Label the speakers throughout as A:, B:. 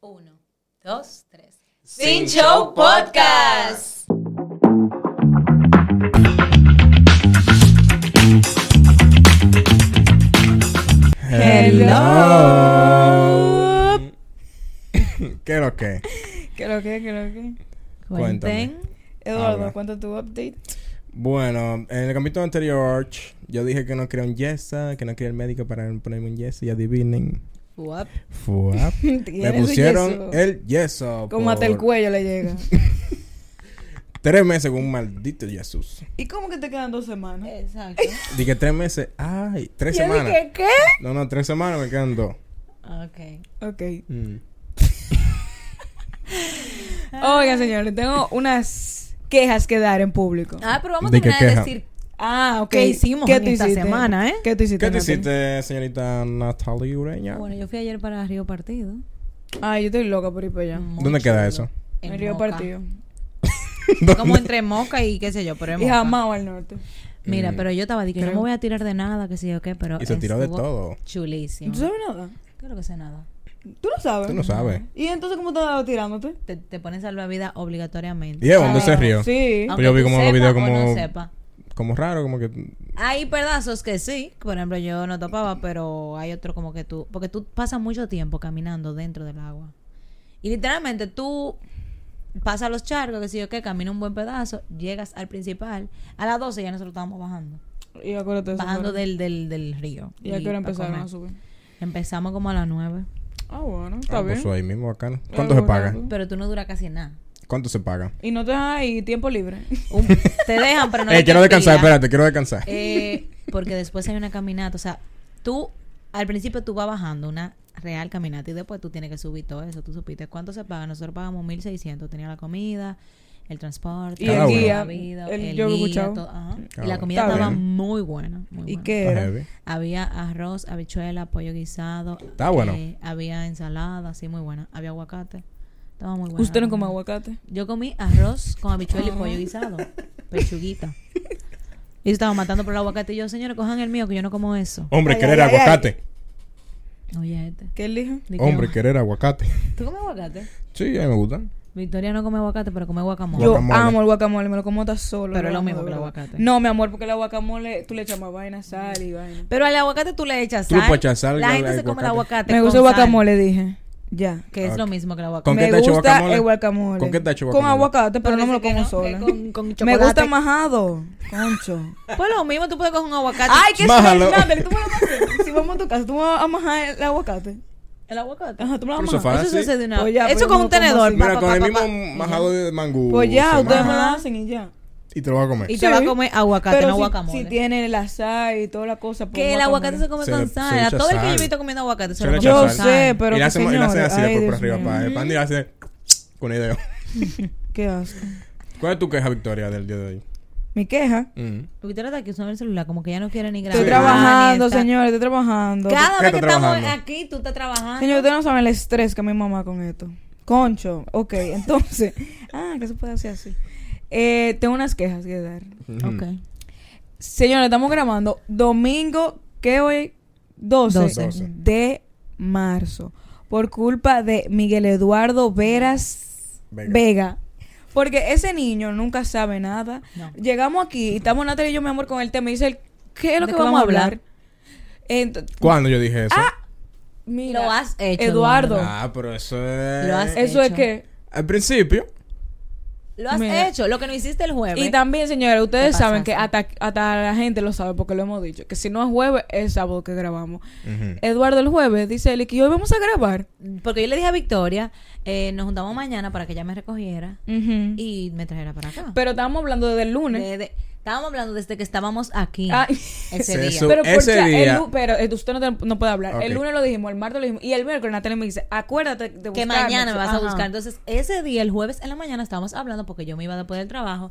A: Uno, dos, tres.
B: Sin Show Podcast.
C: Hello.
B: ¿Qué es lo que?
C: ¿Qué lo que? ¿Qué lo que?
B: Cuéntame.
C: Eduardo,
B: Habla.
C: ¿cuánto tu update?
B: Bueno, en el capítulo anterior yo dije que no quería un yesa, que no quería el médico para ponerme un yeso y adivinen.
A: What?
B: Fuap. Me
C: Tiene su
B: pusieron
C: yeso.
B: el yeso.
C: Como hasta el
B: por
C: cuello le llega.
B: Tres meses con un maldito Jesús.
C: ¿Y cómo que te quedan dos semanas?
A: Exacto.
B: Dije tres meses. Ay, tres
C: Yo
B: semanas.
C: dije, ¿qué?
B: No, no, tres semanas me quedan dos.
A: Ok.
C: Ah, Ok. Oigan, señores, tengo unas quejas que dar en público.
A: Ah, pero vamos a
B: ¿De qué
A: terminar de
B: queja?
A: decir
C: Ah, ok.
A: ¿Qué hicimos en
C: tú
A: esta
C: hiciste?
A: semana, eh?
C: ¿Qué tú hiciste?
B: ¿Qué te
C: Natalie?
B: hiciste, señorita Natalie Ureña?
A: Bueno, yo fui ayer para Río Partido.
C: Ay, yo estoy loca por ir para allá.
B: ¿Dónde queda eso?
C: En
A: En
C: Río
A: Moca.
C: Partido.
A: Como entre Moca y qué sé yo, pero en
C: Y
A: Moca.
C: jamás al norte.
A: Mira,
B: Mm.
A: pero yo estaba diciendo, yo no
C: Creo.
A: me voy a tirar de nada, que sé yo qué, pero
B: Y se tiró de
A: estuvo
B: todo.
A: Chulísimo.
C: ¿Tú sabes nada?
A: Creo que sé nada.
C: ¿Tú no sabes?
B: Tú no sabes.
C: ¿Y entonces cómo te andaba tirándote?
A: Te, te pones salvavidas obligatoriamente.
B: Diego, ¿dónde se
C: Ah,
B: rió?
C: Sí.
B: Pero yo vi como los
A: lo
B: videos como-
A: No sepa.
B: Como raro, como que
A: Hay pedazos que sí, por ejemplo, yo no topaba, pero hay otro como que tú, porque tú pasas mucho tiempo caminando dentro del agua. Y literalmente tú pasas los charcos, que sé yo qué, camina un buen pedazo, llegas al principal, a las 12 ya nosotros estábamos bajando,
C: Y acuérdate de eso.
A: bajando
C: pero-
A: del, del, del río.
C: Y ya
A: Y
C: que ahora
A: pa'
C: empezaron
A: comer.
C: a subir.
A: Empezamos como a las 9,
C: Ah, bueno, está
B: Ah,
C: bien.
B: pues, ahí mismo, bacano.
C: Está
B: ¿Cuánto se
C: bueno.
B: paga?
A: pero tú no duras casi nada.
B: ¿Cuánto se paga?
C: Y no te dejas ahí tiempo libre.
A: Un- te dejan, pero no...
B: eh,
A: hay
B: quiero
A: que
B: descansar,
A: fila.
B: espérate, quiero descansar.
A: Eh, porque después hay una caminata. O sea, tú, al principio tú vas bajando una real caminata y después tú tienes que subir todo eso. Tú supiste cuánto se paga. Nosotros pagamos 1.600. Tenía la comida, el transporte,
C: Y
B: el
A: la
B: guía,
A: bebida,
C: el-
A: el
C: yo lo he
A: guía,
C: escuchado.
A: todo, ajá.
B: Está
A: Y la
B: Ah, bueno.
A: comida
C: Está
A: estaba
B: bien.
A: muy buena. muy
C: ¿Y
A: buena.
C: qué
B: Está
C: era?
B: heavy.
A: Había arroz, habichuela, pollo guisado.
B: Está bueno.
A: eh, había ensalada, sí, muy buena. Había aguacate. Estaba muy buena.
C: Usted no
A: la
C: come
A: comida.
C: aguacate.
A: Yo comí arroz con habichuela y
C: Ajá.
A: pollo guisado. Pechuguita. Y estaba matando por el aguacate. Y yo, señores, cojan el mío, que yo no como eso.
B: Hombre,
C: Ay,
B: querer
C: ay, ay,
B: aguacate.
A: Oye, este.
C: ¿Qué eligen?
A: Di que
B: Hombre,
A: no.
B: querer aguacate.
A: ¿Tú comes aguacate?
B: Sí, a mí me gustan.
A: Victoria no come aguacate, pero come guacamole.
C: Yo
B: Guacamole.
C: amo el guacamole, me lo como hasta solo.
A: Pero es lo
C: amo,
A: mismo
C: de
A: que el
C: verdad.
A: aguacate.
C: No, mi amor, porque el aguacamole tú le echas más vaina, sal y vaina.
A: Pero al aguacate tú le echas
B: Tú
A: sal.
B: le puedes echar sal
A: La
B: al-
A: gente
B: al
A: se come el
B: aguacate.
A: aguacate.
C: Me
A: con
C: gusta el
A: sal,
C: guacamole, dije. Ya.
A: Que es lo mismo que el aguacate.
B: ¿Con qué
C: me
B: te ha hecho
C: gusta
B: guacamole?
C: el guacamole.
B: ¿Con qué te ha hecho
C: Con
B: guacamole?
C: aguacate, pero
A: Pero
C: no me lo
A: dice que
C: como
A: no,
C: sola.
A: que con- con
C: me
A: chocolate.
C: gusta majado. Concho.
A: Pues lo mismo, tú puedes coger un aguacate.
C: Ay, qué
B: Májalo.
C: suave, Natalie, ¿Tú me lo vas a hacer? Si vamos a tu casa, tú me vas a majar el aguacate.
A: El aguacate.
C: Ajá, tú me lo
B: Pero
C: vas
B: eso
C: a
B: es
C: majar.
B: fácil.
A: Eso se hace de una
C: Pues ya,
A: Eso
C: pero
A: con
C: no
A: un
C: como
A: tenedor.
C: así.
A: pa,
B: Mira,
A: pa,
B: con
A: pa,
B: el
A: pa,
B: mismo
A: pa.
B: majado de mangú.
C: Pues
B: se
C: ya, ustedes me
B: maja
C: lo hacen y ya.
B: Y te lo vas a comer.
A: Y te va a comer aguacate,
C: Pero
A: no
C: si-
A: guacamole.
C: Si tiene el azar y toda la cosa. pues,
A: que el aguacate se come
B: Se
A: con
B: le-
A: sal.
B: se le
A: A
B: echa
A: todo el que yo he
B: sal.
A: visto comiendo aguacate se
B: Se
A: lo
B: le
A: come
B: echa
A: con
C: Yo
B: sal.
C: sé,
A: sal.
C: pero
B: y le
C: que
B: hacen, y le hacen
C: señores,
B: así de
C: ay,
B: por, por
C: Dios
B: arriba
C: mío.
B: para el pan y le hacen con el dedo.
C: Qué asco.
B: ¿Cuál es tu queja, Victoria, del día de hoy?
C: Mi queja.
B: Mm.
A: Victoria está aquí usando el celular, como que ya no quiere ni grabar.
C: Estoy
A: ni
C: trabajando,
A: estar-
C: señores, estoy trabajando.
A: Cada
B: ¿Qué
A: vez que
B: está
A: estamos
B: trabajando?
A: aquí, tú estás trabajando.
C: Señores, ustedes no saben el estrés que mi mamá con esto. Concho. Ok, entonces. ah, que se puede hacer así. Eh, tengo unas quejas que dar.
B: Ujú.
A: Ok.
C: Señores, estamos grabando domingo, que hoy 12,
B: 12.
C: de marzo. Por culpa de Miguel Eduardo Veras Vega.
B: Vega.
C: Porque ese niño nunca sabe nada.
A: No.
C: Llegamos aquí y estamos Natalia y yo, mi amor, con el tema. Y dice, él, ¿qué es lo
A: ¿De
C: que
A: qué
C: vamos, a hablar? Ento-
B: ¿Cuándo yo dije eso?
C: Ah, mira,
A: Lo has hecho,
C: Eduardo.
B: Ah, pero eso es...
A: Lo has-
C: Eso es
A: hecho.
C: que.
B: Al principio,
A: Lo has
C: Mira.
A: hecho, lo que no hiciste el jueves.
C: Y también, señores, ustedes
A: Te
C: saben que hasta,
A: pasaste.
C: hasta la gente lo sabe porque lo hemos dicho. Que si no es jueves, es sábado que grabamos.
B: Ujú.
C: Eduardo el jueves dice él que hoy vamos a grabar.
A: Porque yo le dije a Victoria, eh, nos juntamos mañana para que ella me recogiera
C: Y-
A: y me trajera para acá.
C: Pero estábamos hablando desde el lunes.
A: De- de- estábamos hablando desde que estábamos aquí
C: Ah.
A: ese
B: Se
A: día.
B: su-
C: pero
B: ese
C: porque el
B: día-
C: lu- pero eh, usted no, te- no puede hablar.
B: Ok.
C: El lunes lo dijimos, el martes lo dijimos. Y el miércoles Natalia me dice, acuérdate de buscarme.
A: que mañana me vas a
C: Ajá.
A: buscar. Entonces, ese día, el jueves en la mañana, estábamos hablando porque yo me iba después del trabajo.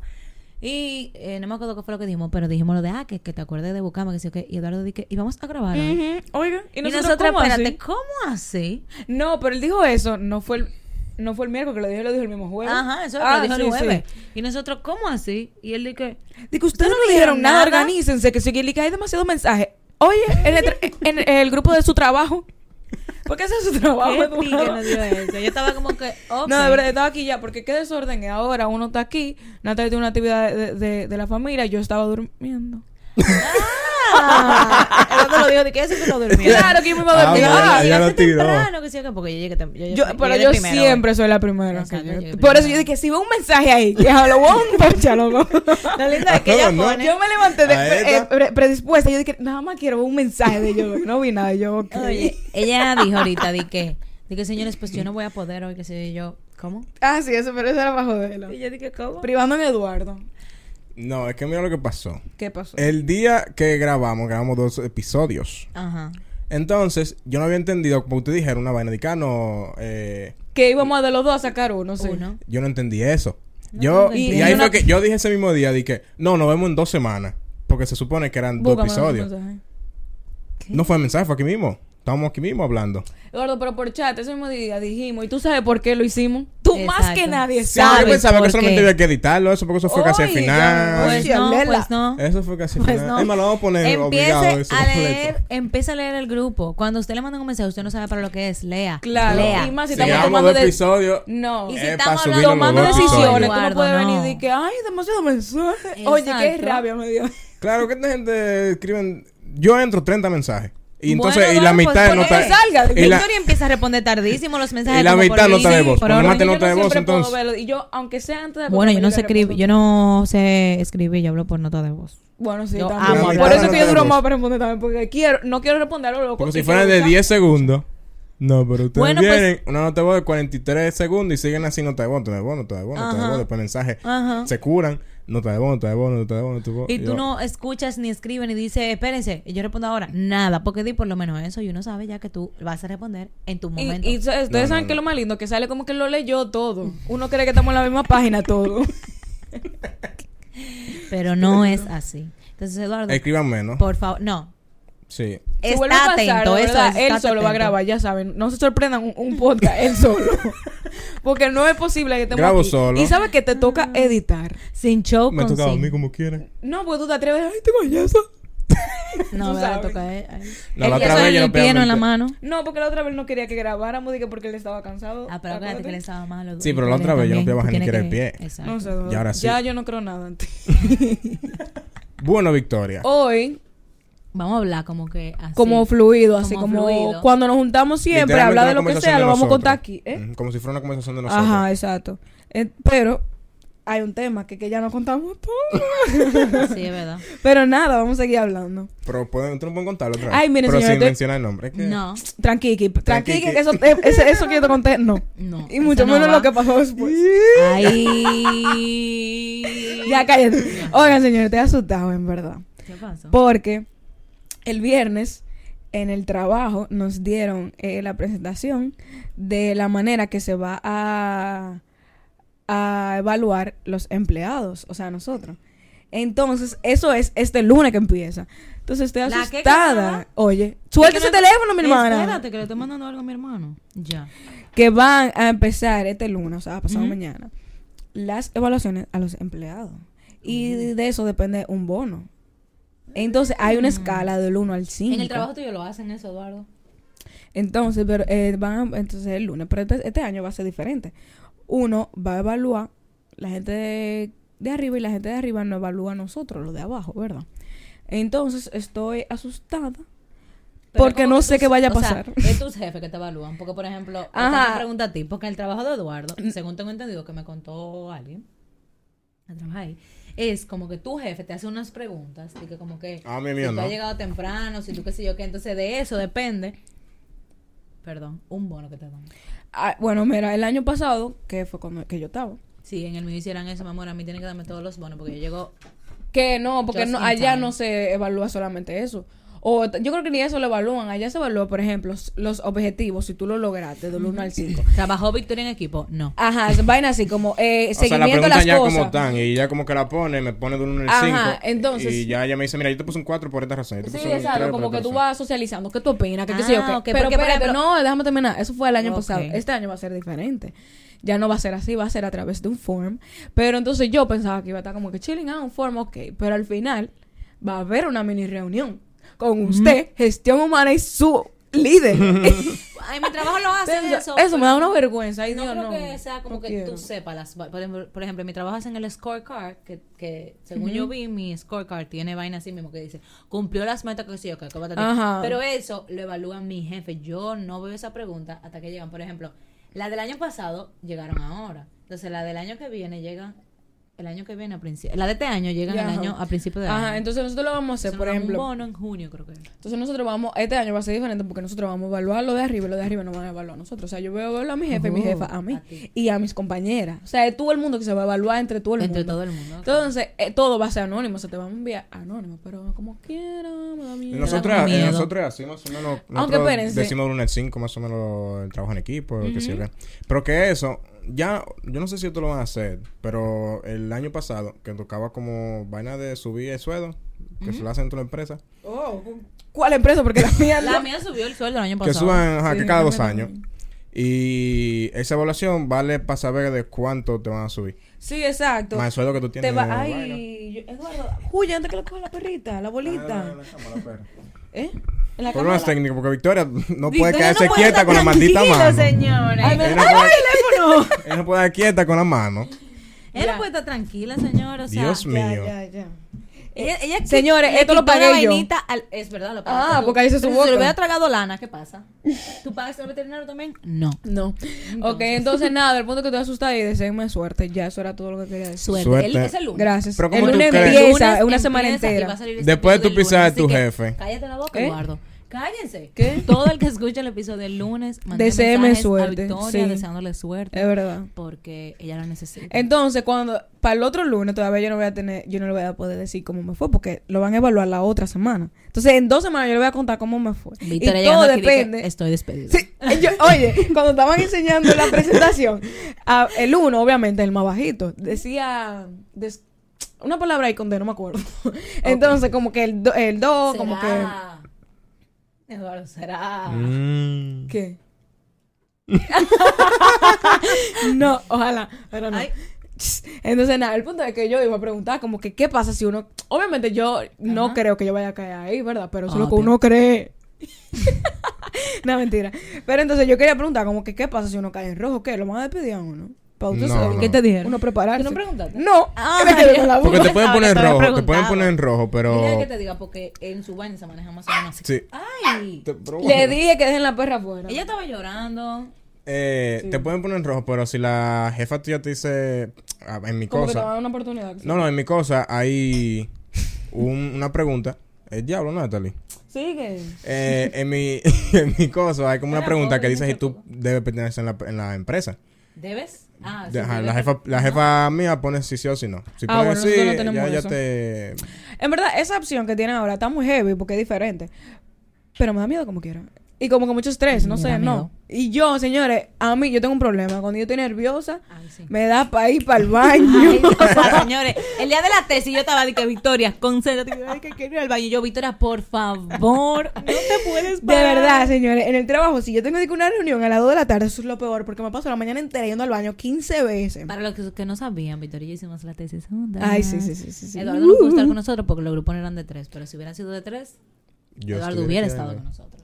A: Y eh, no me acuerdo qué fue lo que dijimos, pero dijimos lo de, ah, que, que te acuerdes de buscarme, que sí, que, y Eduardo dije, y vamos a grabar. hoy".
C: Ujú. Oiga, y
A: Y
C: nosotros,
A: nosotros,
C: ¿cómo así?
A: espérate, ¿cómo así?
C: No, pero él dijo eso, no fue el, no fue el miércoles que lo dijo, lo dijo el mismo jueves.
A: Ajá, eso
C: Ah,
A: lo dijo
C: sí,
A: el jueves.
C: sí.
A: Y nosotros, ¿cómo así? Y él dice,
C: Digo, ustedes no, dijeron nada, organícense, que si que hay demasiado mensaje. Oye, en el, tra- en el- el grupo de su trabajo. Porque ese es su trabajo.
A: ¿Qué
C: Eduardo.
A: pique nos dio eso? Yo estaba como que, ok.
C: No, de verdad, estaba aquí ya, porque qué desorden es ahora. Uno está aquí, Natalia tiene una actividad de, de- de la familia, yo estaba durmiendo.
A: Ah, el otro lo dijo, de que eso se lo durmió.
C: Claro que yo me iba a dormir.
B: Ah, bueno,
C: Ah,
A: llegaste
B: ella lo tiró.
A: temprano, que sí, que porque yo llegué tem-
C: yo-
A: llegué
C: pero yo
A: primero.
C: siempre soy la primera. que
A: Exacto,
C: llega.
A: llegué
C: Por
A: primero.
C: eso yo dije, si veo un mensaje ahí, que lo voy a un poncha, loco.
A: Lo lindo es que
B: Ah,
A: ella
B: no.
A: pone.
C: Yo me levanté de-
B: A
C: pre-
B: esta.
C: eh, pre- predispuesta. Yo dije, nada más quiero ver un mensaje de yo. No vi nada, yo, ok.
A: Oye, ella dijo ahorita, di que, di que señores, pues yo no voy a poder hoy, que sé yo. ¿Cómo?
C: Ah, sí, eso, pero eso era bajo de
A: Y yo dije, ¿cómo?
C: Privando en Eduardo.
B: No, es que mira lo que pasó.
C: ¿Qué pasó?
B: El día que grabamos, grabamos dos episodios.
A: Ajá.
B: Entonces, yo no había entendido, como ustedes dijeron, una vaina de cano. Eh,
C: que íbamos a de los dos a sacar uno, sí.
A: Uno.
B: yo no entendí eso.
A: No
B: yo,
A: tengo
B: y,
C: idea.
B: ahí
C: Y
B: fue
C: una-
B: que yo dije ese mismo día, dije, no, nos vemos en dos semanas. Porque se supone que eran dos
C: Búscame los
B: episodios.
C: mensajes.
A: ¿Qué?
B: No fue mensaje, fue aquí mismo. Estábamos aquí mismo hablando.
C: Eduardo, pero por chat, ese mismo día dijimos, ¿y tú sabes por qué lo hicimos? Tú más
A: Exacto.
C: que nadie
B: Sí, yo
C: sabes.
B: pensaba
A: por
B: que
A: qué?
B: solamente había que editarlo, eso, porque eso fue casi al
C: Oiga,
B: final.
A: Pues
C: Oye,
A: no,
C: Lela.
A: pues no.
B: Eso fue casi al
A: Pues
B: final.
A: no.
B: Es más, lo vamos a poner obligado
A: Empiece
B: eso
A: a
B: completo.
A: leer, empieza a leer el grupo. Cuando usted le manda un mensaje, usted no sabe para lo que es. Lea.
C: Claro.
A: Lea.
C: Y más si
B: Si
C: estamos
B: grabamos
C: tomando
B: dos
C: de-
B: episodios,
C: No.
A: Y si
B: Eh, pa'
A: estamos
B: subirlo
A: hablando,
C: tomando
B: los dos
C: decisiones, tú no
A: Eduardo,
C: puedes
A: no.
C: venir y que, ay, demasiado mensaje. Oye, qué
A: Exacto.
C: rabia me dio.
B: Claro que esta gente escriben. Yo entro 30 mensajes. Y entonces,
A: Bueno,
B: y la
A: bueno,
B: mitad
A: pues,
B: no
A: porque
B: está.
C: salga de
B: y la-
A: Victoria empieza a responder tardísimo los mensajes.
B: y la
A: como por
B: mitad no
A: ahí,
B: está de voz,
A: por
B: porque
A: ahora.
B: mate no te
C: siempre
B: vemos,
C: puedo
B: entonces.
C: verlo. Y yo, aunque sea antes de
A: Bueno, yo no
C: comer,
A: sé
C: le
A: escribir,
C: respondo.
A: yo no sé escribir, yo hablo por nota de voz.
C: Bueno, sí,
A: yo
C: también.
A: amo hablar.
C: Por eso es que yo duro
B: Tenemos.
C: más para responder también, porque quiero, no quiero responder algo loco.
B: Porque
C: y
B: si fueran
C: quiero
B: de
C: buscar-
B: 10 segundos. No, pero ustedes
A: Bueno, pues-
B: vienen una nota de voz de 43 segundos y siguen así nota de voz, nota de voz, nota de voz, nota de
A: Ajá.
B: voz, después mensaje.
A: Ajá.
B: Se curan, nota de voz, nota de voz, nota de voz, nota de voz.
A: Y tú
B: yo-
A: no escuchas ni escribes ni dices, espérense, y yo respondo ahora, nada, porque di por lo menos eso y uno sabe ya que tú vas a responder en tu
C: Y,
A: momento.
C: y ustedes ustedes
B: No, no,
C: saben que lo más lindo que sale como que lo leyó todo. Uno cree que estamos en la misma página todo.
A: Pero no es así. Entonces, Eduardo,
B: Escriban menos.
A: por favor, no.
B: Sí.
C: Si vuelve a
A: Está
C: pasar, de
A: atento, eso
C: verdad,
A: es,
C: Él
A: estate
C: solo va a
A: atento.
C: grabar, ya saben. No se sorprendan un, un podcast él solo. Porque no es posible que estemos
B: Grabo
C: aquí.
B: solo.
C: Y sabes que te
A: Ah.
C: toca editar.
A: Sin show,
B: Me
A: con
B: toca a
A: sin.
B: mí como quieran.
C: No, porque tú te atreves. Ay, tengo yeso.
A: No, me
C: Tú
A: va a
C: sabes.
A: tocar a él- a él.
B: No,
A: El
B: la
A: que
B: otra
A: soy
B: vez yo
A: el
B: no
A: piano en la
B: realmente-
A: mano.
C: No, porque la otra vez no quería que grabáramos dije, porque él estaba cansado.
A: Ah, pero acuérdate que le estaba malo.
B: Sí, pero la otra vez yo no podía bajar ni
A: Tiene
B: siquiera el pie.
A: Exacto.
C: No sé.
B: Y ahora sí.
C: Ya yo no creo nada en ti.
B: Bueno, Victoria.
C: Hoy,
A: Vamos a hablar como que así.
C: como fluido, así
A: Como
C: como
A: fluido.
C: cuando nos juntamos siempre, a
B: Literalmente
C: hablar de
B: una
C: lo que
B: conversación
C: sea,
B: de
C: lo vamos a
B: nosotros.
C: contar aquí. ¿eh?
B: Ujú, Como si fuera una conversación de nosotros.
C: Ajá, exacto. Eh, pero hay un tema que, que ya no contamos todo.
A: Sí, es verdad.
C: pero nada, vamos a seguir hablando.
B: Pero pueden, tú no puedes contarlo otra vez.
C: Ay, miren,
B: Pero
C: señores,
B: sin
C: te-
B: mencionar el nombre. es que-
A: No,
C: Tranqui, tranqui,
B: Tranquiqui.
C: que eso, eh, ese- eso que yo te conté, no.
A: no.
C: Y mucho
A: eso no
C: menos
A: va.
C: lo que pasó después.
A: Ay.
C: ya cállate. Oigan, señores, te he asustado, en verdad.
A: ¿Qué pasó?
C: Porque el viernes en el trabajo nos dieron eh, la presentación de la manera que se va a, a evaluar los empleados, o sea, nosotros. Entonces, eso es este lunes que empieza. Entonces, estoy
A: ¿La qué que
C: asustada.
A: estaba?
C: Oye, suelta ese teléfono, mi hermana.
A: Espérate, que le estoy mandando algo a mi hermano. Ya.
C: Que van a empezar este lunes, o sea, pasado
A: Ujú.
C: mañana, las evaluaciones a los empleados. Y de eso depende un bono. Entonces, hay una escala del 1 al 5.
A: Ah. En el trabajo tuyo lo hacen eso, Eduardo.
C: Entonces, pero eh, van a- entonces el lunes, pero este, este año va a ser diferente. Uno va a evaluar la gente de, de arriba y la gente de arriba no evalúa a nosotros, los de abajo, ¿verdad? Entonces, estoy asustada
A: Pero
C: porque
A: es como
C: no
A: que
C: sé
A: tus-
C: qué vaya a
A: o sea,
C: pasar.
A: es tus jefes que te evalúan. Porque, por ejemplo,
C: Ajá. Mm.
A: te pregunta a ti, porque el trabajo de Eduardo, según tengo entendido que me contó alguien, que trabaja ahí, es como que tu jefe te hace unas preguntas, y que como que
B: Ah, mi
A: si
B: mío,
A: tú
B: no.
A: has llegado temprano, si tú qué sé yo qué, entonces de eso depende, perdón, un bono que te dan.
C: Ah, bueno, mira, el año pasado, que fue cuando que yo estaba,
A: Si en el mío hicieran eso, mi amor, a mí tienen que darme todos los bonos, porque yo llego,
C: que no, porque
A: Just
C: no-
A: in
C: allá
A: time.
C: no se evalúa solamente eso. O t- yo creo que ni eso lo evalúan. Allá se evalúa, por ejemplo, s- los objetivos, si tú lo lograste del 1 al 5.
A: ¿trabajó Victoria en equipo? No.
C: Ajá, es vaina así como eh,
B: O sea, la
C: seguimiento a
B: pregunta
C: las
B: ya
C: cosas.
B: como están. Y ya como que la pone, me pone de un 1 al 5.
C: Ajá, entonces-
B: Y ya ella me dice, mira, yo te puse un 4 por esta razón. yo te
C: Sí,
B: puse un
C: exacto,
B: tres
C: como
B: por
C: que
B: esta
C: tú
B: razón.
C: vas socializando, que tú opinas, que qué
A: Ah,
C: sé yo, qué.
A: ok,
C: pero,
A: porque, por
C: espérate,
A: ejemplo-
C: no, déjame terminar, eso fue el año
A: Ok.
C: pasado, este año va a ser diferente, ya no va a ser así, va a ser a través de un form, pero entonces yo pensaba que iba a estar como que chilling, ah, un form, ok, pero al final va a Mm. haber una mini reunión con usted, gestión humana y su líder.
A: en mi trabajo lo hacen
C: Entonces,
A: eso.
C: eso me da
A: pero
C: una vergüenza. Ay,
A: no
C: Dios,
A: creo
C: no.
A: que sea como
C: no
A: que
C: quiero.
A: tú sepas las... va- Por ejemplo, por ejemplo, en mi trabajo hacen el scorecard, que, que según yo vi, mi scorecard tiene vaina así mismo que dice, cumplió las metas que sí, ok, que va a tener.
C: Ajá.
A: Pero eso lo evalúa mi jefe. Yo no veo esa pregunta hasta que llegan. Por ejemplo, la del año pasado llegaron ahora. Entonces, la del año que viene llega... El año que viene a principio... La de este año llega el
C: Ajá.
A: año a principio de año.
C: Ajá, entonces nosotros lo vamos a hacer,
A: Entonces,
C: por
A: nos dan
C: ejemplo.
A: Un bono en junio, creo que. es.
C: Entonces nosotros vamos, este año va a ser diferente porque nosotros vamos a evaluar lo de arriba y lo de arriba no van a evaluar a nosotros. O sea, yo voy a evaluar a mi jefe y mi
A: Oh,
C: jefa a mí
A: a ti.
C: y a mis compañeras. O sea, es todo el mundo que se va a evaluar entre todo el
A: Entre
C: mundo.
A: todo el mundo.
C: Entonces, eh, todo va a ser anónimo, se te va a enviar anónimo, pero como quiera, me da miedo.
B: Nosotros,
A: como
B: eh,
A: miedo.
B: nosotros así más o menos. nosotros
C: espérense.
B: Decimos de 1 al 5, más o menos el trabajo en equipo, que sirve. Pero que eso, ya, yo no sé si esto lo van a hacer, pero el año pasado, que tocaba como vaina de subir el sueldo, que se lo hacen en toda la empresa,
C: Oh, ¿cuál empresa? Porque la mía no.
A: La mía subió el sueldo el año
B: que
A: pasado.
B: suban ajá,
C: Sí,
B: que cada dos
C: también.
B: años. Y esa evaluación vale para saber de cuánto te van a subir.
C: Sí, exacto.
B: Más el sueldo que tú
C: Te
B: tienes.
C: va,
B: vaina.
C: ay, yo- Eduardo, huye antes que le coja la perrita, la bolita.
B: Ah, la cámara, perra.
C: ¿Eh? En la
B: Problemas
C: cámara.
B: técnicos, porque Victoria no puede
C: Victoria
B: quedarse
C: no puede
B: quieta
C: estar
B: con la maldita
C: tranquila,
B: mano.
A: señores.
C: Ay, me-
B: Ella no
C: ¡Ay,
B: puede-
C: el teléfono!
B: ella no puede estar quieta con la mano.
A: Ella no puede estar tranquila, señor. O sea,
B: Dios mío.
A: Ella, ella
C: Señores,
A: le
C: esto lo
A: quitó
C: pagué
A: la
C: yo.
A: vainita al- es verdad, lo pagaste
C: Ah,
A: tú.
C: porque ahí se
A: Pero
C: subió
A: Si
C: otro.
A: le hubiera tragado lana, ¿qué pasa? ¿Tú pagas el veterinario también? No.
C: No. Ok, entonces nada, el punto que estoy asustada y deseenme suerte. Ya eso era todo lo que quería decir.
A: Suerte.
B: Suerte.
A: Él es el lunes.
C: Gracias.
B: Pero ¿cómo
C: el
B: tú
C: lunes
B: crees?
C: empieza,
A: Lunes
C: es una semana
A: empieza y va
C: entera.
A: a salir el
B: Después
A: episodio
B: tú
A: del
B: pisas a
A: lunes,
B: tu
A: así que
B: jefe.
A: Cállate la boca,
C: ¿Eh?
A: Eduardo. Cállense.
C: ¿Qué?
A: Todo el que escucha el episodio del lunes, mande
C: Deseeme
A: mensajes
C: suerte,
A: a Victoria
C: sí. Eh,
A: deseándole suerte
C: Es verdad.
A: porque ella lo necesita.
C: Entonces, cuando para el otro lunes todavía yo no voy a tener, yo no le voy a poder decir cómo me fue porque lo van a evaluar la otra semana. Entonces, en dos semanas yo le voy a contar cómo me fue.
A: Victoria
C: y
A: llegando
C: todo
A: aquí dice,
C: depende.
A: Estoy despedida.
C: Sí, yo- oye, cuando estaban enseñando la presentación, a- el uno, obviamente, el más bajito, decía des- una palabra ahí con D, no me acuerdo. Entonces, como que el do, el do, como que.
A: Será. Eduardo, será.
B: Mm.
C: ¿Qué? no, ojalá, pero no.
A: Ay.
C: Entonces, nada, el punto es que yo iba a preguntar como que qué pasa si uno... Obviamente yo no
A: Ajá.
C: creo que yo vaya a caer ahí, ¿verdad? Pero eso es lo que
A: Obvio.
C: uno cree. no, mentira. Pero entonces yo quería preguntar como que qué pasa si uno cae en rojo, ¿qué? ¿Lo van a despedir a uno? Pa' usted
B: No,
C: saber.
B: no.
A: ¿Qué te dijeron?
C: Uno prepararse.
A: ¿Tú no preguntaste?
C: No,
A: Ah,
C: me quedé
A: ya.
C: con la
B: Porque
C: duda.
B: te pueden
A: Ahora
B: poner
A: te
B: en
A: había
B: rojo, te pueden
A: preguntado.
B: poner en rojo,
A: Mira
B: pero.
A: que te diga, porque en su baño se maneja más o menos así.
B: Sí.
A: ¡Ay!
B: Te, pero
C: Le
B: bueno.
C: dije que dejen la perra afuera.
A: Ella estaba llorando.
B: Eh, te pueden poner en rojo, pero si la jefa tuya te dice. ah, En mi
C: Como que te van a
B: cosa.
C: dar una oportunidad.
B: No, no, en mi cosa hay un- una pregunta. El diablo, Natalie.
C: Sigue.
B: Eh, en, mi, en mi cosa hay como una
A: Era
B: pregunta
A: pobre,
B: que dice si
A: mucho
B: tú debes pertenecer en la, en la empresa.
A: ¿Debes? Ah, sí.
B: Ajá,
A: debes.
B: la jefa, la jefa mía pone si sí o si no. Si
C: Ah,
B: pone
C: bueno,
B: sí,
C: nosotros no
B: ya,
C: tenemos
B: ya
C: eso.
B: te.
C: En verdad, esa opción que tienen ahora está muy heavy porque es diferente. Pero me da miedo como quiera. Y como con mucho estrés, no
A: Me
C: sé,
A: da
C: no.
A: miedo.
C: Y yo, señores, a mí yo tengo un problema. Cuando yo estoy nerviosa,
A: Ay, Ah, sí.
C: me da para ir para el
A: Ay,
C: baño.
A: o sea, señores, el día de la tesis yo estaba de que Victoria, concéntrate, que- ay, que quiero ir al baño. Y Yo, Victoria, por favor, no te puedes
C: De
A: parar.
C: verdad, señores, en el trabajo, si yo tengo de que una reunión a las 2 de la tarde, eso es lo peor, porque me paso la mañana entera yendo al baño 15 veces.
A: Para los que, que no sabían, Victoria y yo hicimos la tesis juntas.
C: Ay, sí, sí, sí, sí. sí.
A: Eduardo no pudo estar con nosotros porque los grupos no eran de tres, pero si hubieran sido de tres,
B: Yo
A: Eduardo hubiera
B: estuviera aquí,
A: estado
B: ¿no?
A: con nosotros.